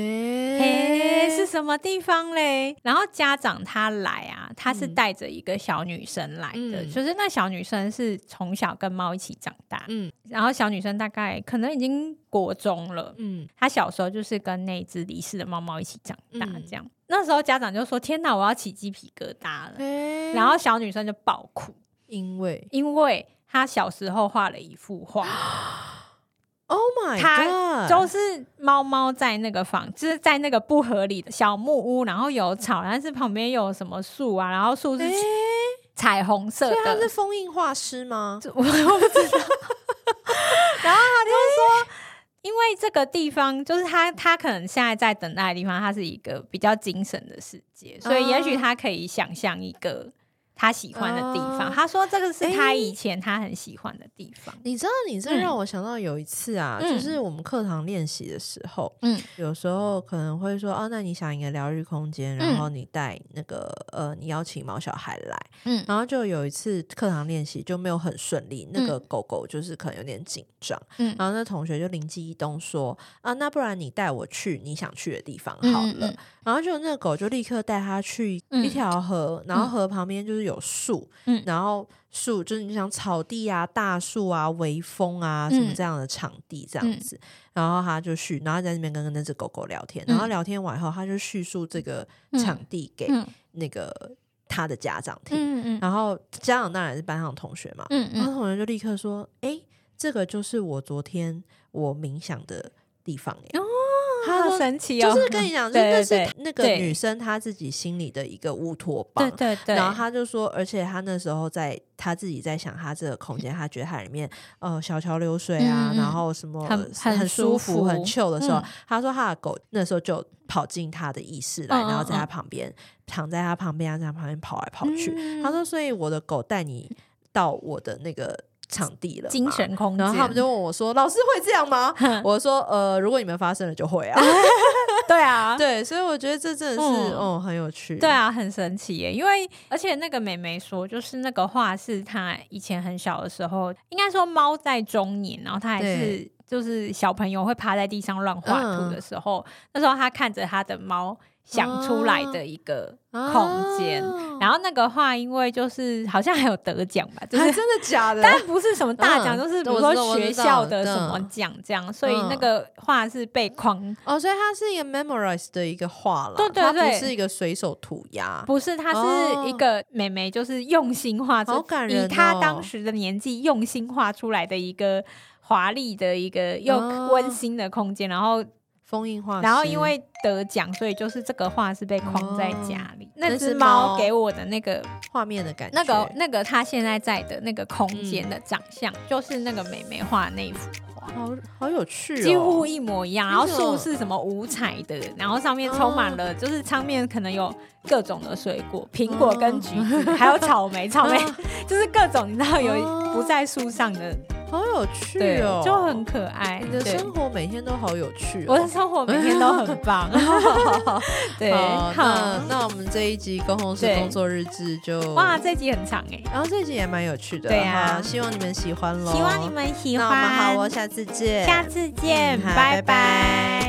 [SPEAKER 2] 嘿，是什么地方嘞？然后家长他来啊，他是带着一个小女生来的，
[SPEAKER 1] 嗯
[SPEAKER 2] 就是那小女生是从小跟猫一起长大，
[SPEAKER 1] 嗯
[SPEAKER 2] 然后小女生大概可能已经国中了，
[SPEAKER 1] 嗯，
[SPEAKER 2] 他小时候就是跟那只离世的猫猫一起长大，
[SPEAKER 1] 嗯
[SPEAKER 2] 这样。那时候家长就说：“天哪，我要起鸡皮疙瘩了。
[SPEAKER 1] 嘿
[SPEAKER 2] 然后小女生就爆哭，
[SPEAKER 1] 因为
[SPEAKER 2] 因为她小时候画了一幅画，
[SPEAKER 1] Oh my
[SPEAKER 2] 它
[SPEAKER 1] god，
[SPEAKER 2] 就是猫猫在那个房，就是在那个不合理的小木屋，然后有草，但是旁边有什么树啊，然后树是
[SPEAKER 1] 哎，
[SPEAKER 2] 彩虹色
[SPEAKER 1] 所以他
[SPEAKER 2] 的
[SPEAKER 1] 是，封印画师吗？
[SPEAKER 2] 我我不知道。然后他就说，因为这个地方就是他，他可能现在在等哦待的地方，它是一个比较精神的世界，所以也许他可以想象一个他喜欢的地方。
[SPEAKER 1] 哦
[SPEAKER 2] 他说这个是他
[SPEAKER 1] 诶
[SPEAKER 2] 以前他很喜欢的地方。
[SPEAKER 1] 你知道，你这
[SPEAKER 2] 嗯
[SPEAKER 1] 让我想到有一次啊，
[SPEAKER 2] 嗯
[SPEAKER 1] 就是我们课堂练习的时候，
[SPEAKER 2] 嗯
[SPEAKER 1] 有时候可能会说，哦，那你想一个疗愈空间，然
[SPEAKER 2] 嗯
[SPEAKER 1] 后你带那个、呃，你邀请毛小孩来，
[SPEAKER 2] 嗯
[SPEAKER 1] 然后就有一次课堂练习就没有很顺利，那
[SPEAKER 2] 嗯
[SPEAKER 1] 个狗狗就是可能有点紧张，
[SPEAKER 2] 嗯
[SPEAKER 1] 然后那同学就灵机一动说，啊，那不然你带我去你想去的地方好了，
[SPEAKER 2] 嗯
[SPEAKER 1] 然后就那个狗就立刻带它去
[SPEAKER 2] 嗯
[SPEAKER 1] 一条河，然后河旁边就是有树，
[SPEAKER 2] 嗯
[SPEAKER 1] 然后树就是你想草地啊、大树啊、微风啊什么
[SPEAKER 2] 嗯
[SPEAKER 1] 这样的场地这样子，然后它就去，然后在那边跟那只狗狗聊天，然后
[SPEAKER 2] 嗯
[SPEAKER 1] 聊天完后，它就叙述这个
[SPEAKER 2] 嗯
[SPEAKER 1] 场地给
[SPEAKER 2] 嗯
[SPEAKER 1] 那个他的家长听，
[SPEAKER 2] 嗯嗯
[SPEAKER 1] 然后家长当然是班上的同学嘛，
[SPEAKER 2] 嗯
[SPEAKER 1] 然后
[SPEAKER 2] 嗯，
[SPEAKER 1] 同学就立刻说：“哎、这个就是我昨天我冥想的地方、欸。”
[SPEAKER 2] 哦
[SPEAKER 1] 他说
[SPEAKER 2] 神奇哦
[SPEAKER 1] 就是跟你 讲，就
[SPEAKER 2] 对
[SPEAKER 1] 那
[SPEAKER 2] 对
[SPEAKER 1] 是
[SPEAKER 2] 对
[SPEAKER 1] 那个
[SPEAKER 2] 对
[SPEAKER 1] 女生她自己心里的一个乌托邦
[SPEAKER 2] 对。对对，
[SPEAKER 1] 然后她就说，而且她那时候在她自己在想她这个空间，她觉得它里面呃小桥流水啊，
[SPEAKER 2] 嗯嗯
[SPEAKER 1] 然后什么
[SPEAKER 2] 很很
[SPEAKER 1] 舒
[SPEAKER 2] 舒
[SPEAKER 1] 服、很
[SPEAKER 2] 服
[SPEAKER 1] chill 的时候，
[SPEAKER 2] 嗯
[SPEAKER 1] 她说她的狗那时候就跑进她的意识来，
[SPEAKER 2] 嗯嗯
[SPEAKER 1] 然后在她
[SPEAKER 2] 嗯
[SPEAKER 1] 旁边躺在她旁边，啊然后在她旁边跑来跑去。她
[SPEAKER 2] 嗯
[SPEAKER 1] 说，所以我的狗带你到我的那个场地了吗，
[SPEAKER 2] 精神空间，
[SPEAKER 1] 然后他们就问我说：“老师会这样吗？”我说：“呃，如果你们发生了就会啊。
[SPEAKER 2] 对啊”对。
[SPEAKER 1] 对，所以我觉得这真的是，
[SPEAKER 2] 嗯
[SPEAKER 1] 哦，很有趣。
[SPEAKER 2] 对，啊，很神奇耶！因为而且那个美眉说，就是那个画是她以前很小的时候，应该说猫在中年，然后她还是就是小朋友会趴在地上乱画图
[SPEAKER 1] 嗯
[SPEAKER 2] 的时候，那时候她看着她的猫想出来的一个
[SPEAKER 1] 啊
[SPEAKER 2] 空间，
[SPEAKER 1] 哦
[SPEAKER 2] 然后那个画因为就是好像还有得奖 吧，就
[SPEAKER 1] 还
[SPEAKER 2] 是
[SPEAKER 1] 啊真的假的？
[SPEAKER 2] 但不是什么大
[SPEAKER 1] 嗯
[SPEAKER 2] 奖，就是比
[SPEAKER 1] 我
[SPEAKER 2] 如
[SPEAKER 1] 知道我
[SPEAKER 2] 说
[SPEAKER 1] 知
[SPEAKER 2] 学
[SPEAKER 1] 道
[SPEAKER 2] 校的
[SPEAKER 1] 嗯
[SPEAKER 2] 什么奖这样，所以那
[SPEAKER 1] 嗯
[SPEAKER 2] 个画是被框，
[SPEAKER 1] 哦，所以它是一个 memorize 的一个画啦，
[SPEAKER 2] 对对
[SPEAKER 1] 它
[SPEAKER 2] 对
[SPEAKER 1] 不是一个随手涂鸦。
[SPEAKER 2] 不是，她是一
[SPEAKER 1] 哦
[SPEAKER 2] 个妹妹，就是用心画出，
[SPEAKER 1] 好感人
[SPEAKER 2] 以她
[SPEAKER 1] 哦
[SPEAKER 2] 当时的年纪用心画出来的一个华丽的一个又
[SPEAKER 1] 哦
[SPEAKER 2] 温馨的空间，然后
[SPEAKER 1] 封印画师，
[SPEAKER 2] 然后因为得奖，所以就是这个画是被框在家里。那
[SPEAKER 1] 那只
[SPEAKER 2] 只猫
[SPEAKER 1] 哦猫
[SPEAKER 2] 给我的那个
[SPEAKER 1] 画面的感觉，
[SPEAKER 2] 那个那个它现在在的那个空
[SPEAKER 1] 嗯
[SPEAKER 2] 间的长相，就是那个妹妹画的那一幅画。
[SPEAKER 1] 好好有趣哦，
[SPEAKER 2] 几乎一模一样，然后
[SPEAKER 1] 真的哦
[SPEAKER 2] 树是什么五彩的，然后上面充满了，就是上面可能有各种的水
[SPEAKER 1] 哦
[SPEAKER 2] 果，苹果跟橘子，还有草 莓，草莓就是各种你知道有
[SPEAKER 1] 哦
[SPEAKER 2] 不在树上的，
[SPEAKER 1] 好有趣
[SPEAKER 2] 对
[SPEAKER 1] 哦，，
[SPEAKER 2] 就很可爱。
[SPEAKER 1] 你的
[SPEAKER 2] 对，
[SPEAKER 1] 生活每天都好有趣
[SPEAKER 2] 我的
[SPEAKER 1] 哦。
[SPEAKER 2] 生活每天都很 棒。对，
[SPEAKER 1] 好，
[SPEAKER 2] 好
[SPEAKER 1] 那，那我们这一集《公共式
[SPEAKER 2] 对
[SPEAKER 1] 工作日志》就
[SPEAKER 2] 哇，这集很长哎，
[SPEAKER 1] 然后这集也蛮有趣的，
[SPEAKER 2] 对啊
[SPEAKER 1] 好希望你们喜欢喽。
[SPEAKER 2] 希望你们喜
[SPEAKER 1] 那我们好哦，
[SPEAKER 2] 欢，
[SPEAKER 1] 下次见，
[SPEAKER 2] 下次见，
[SPEAKER 1] 嗯好拜拜
[SPEAKER 2] 拜拜。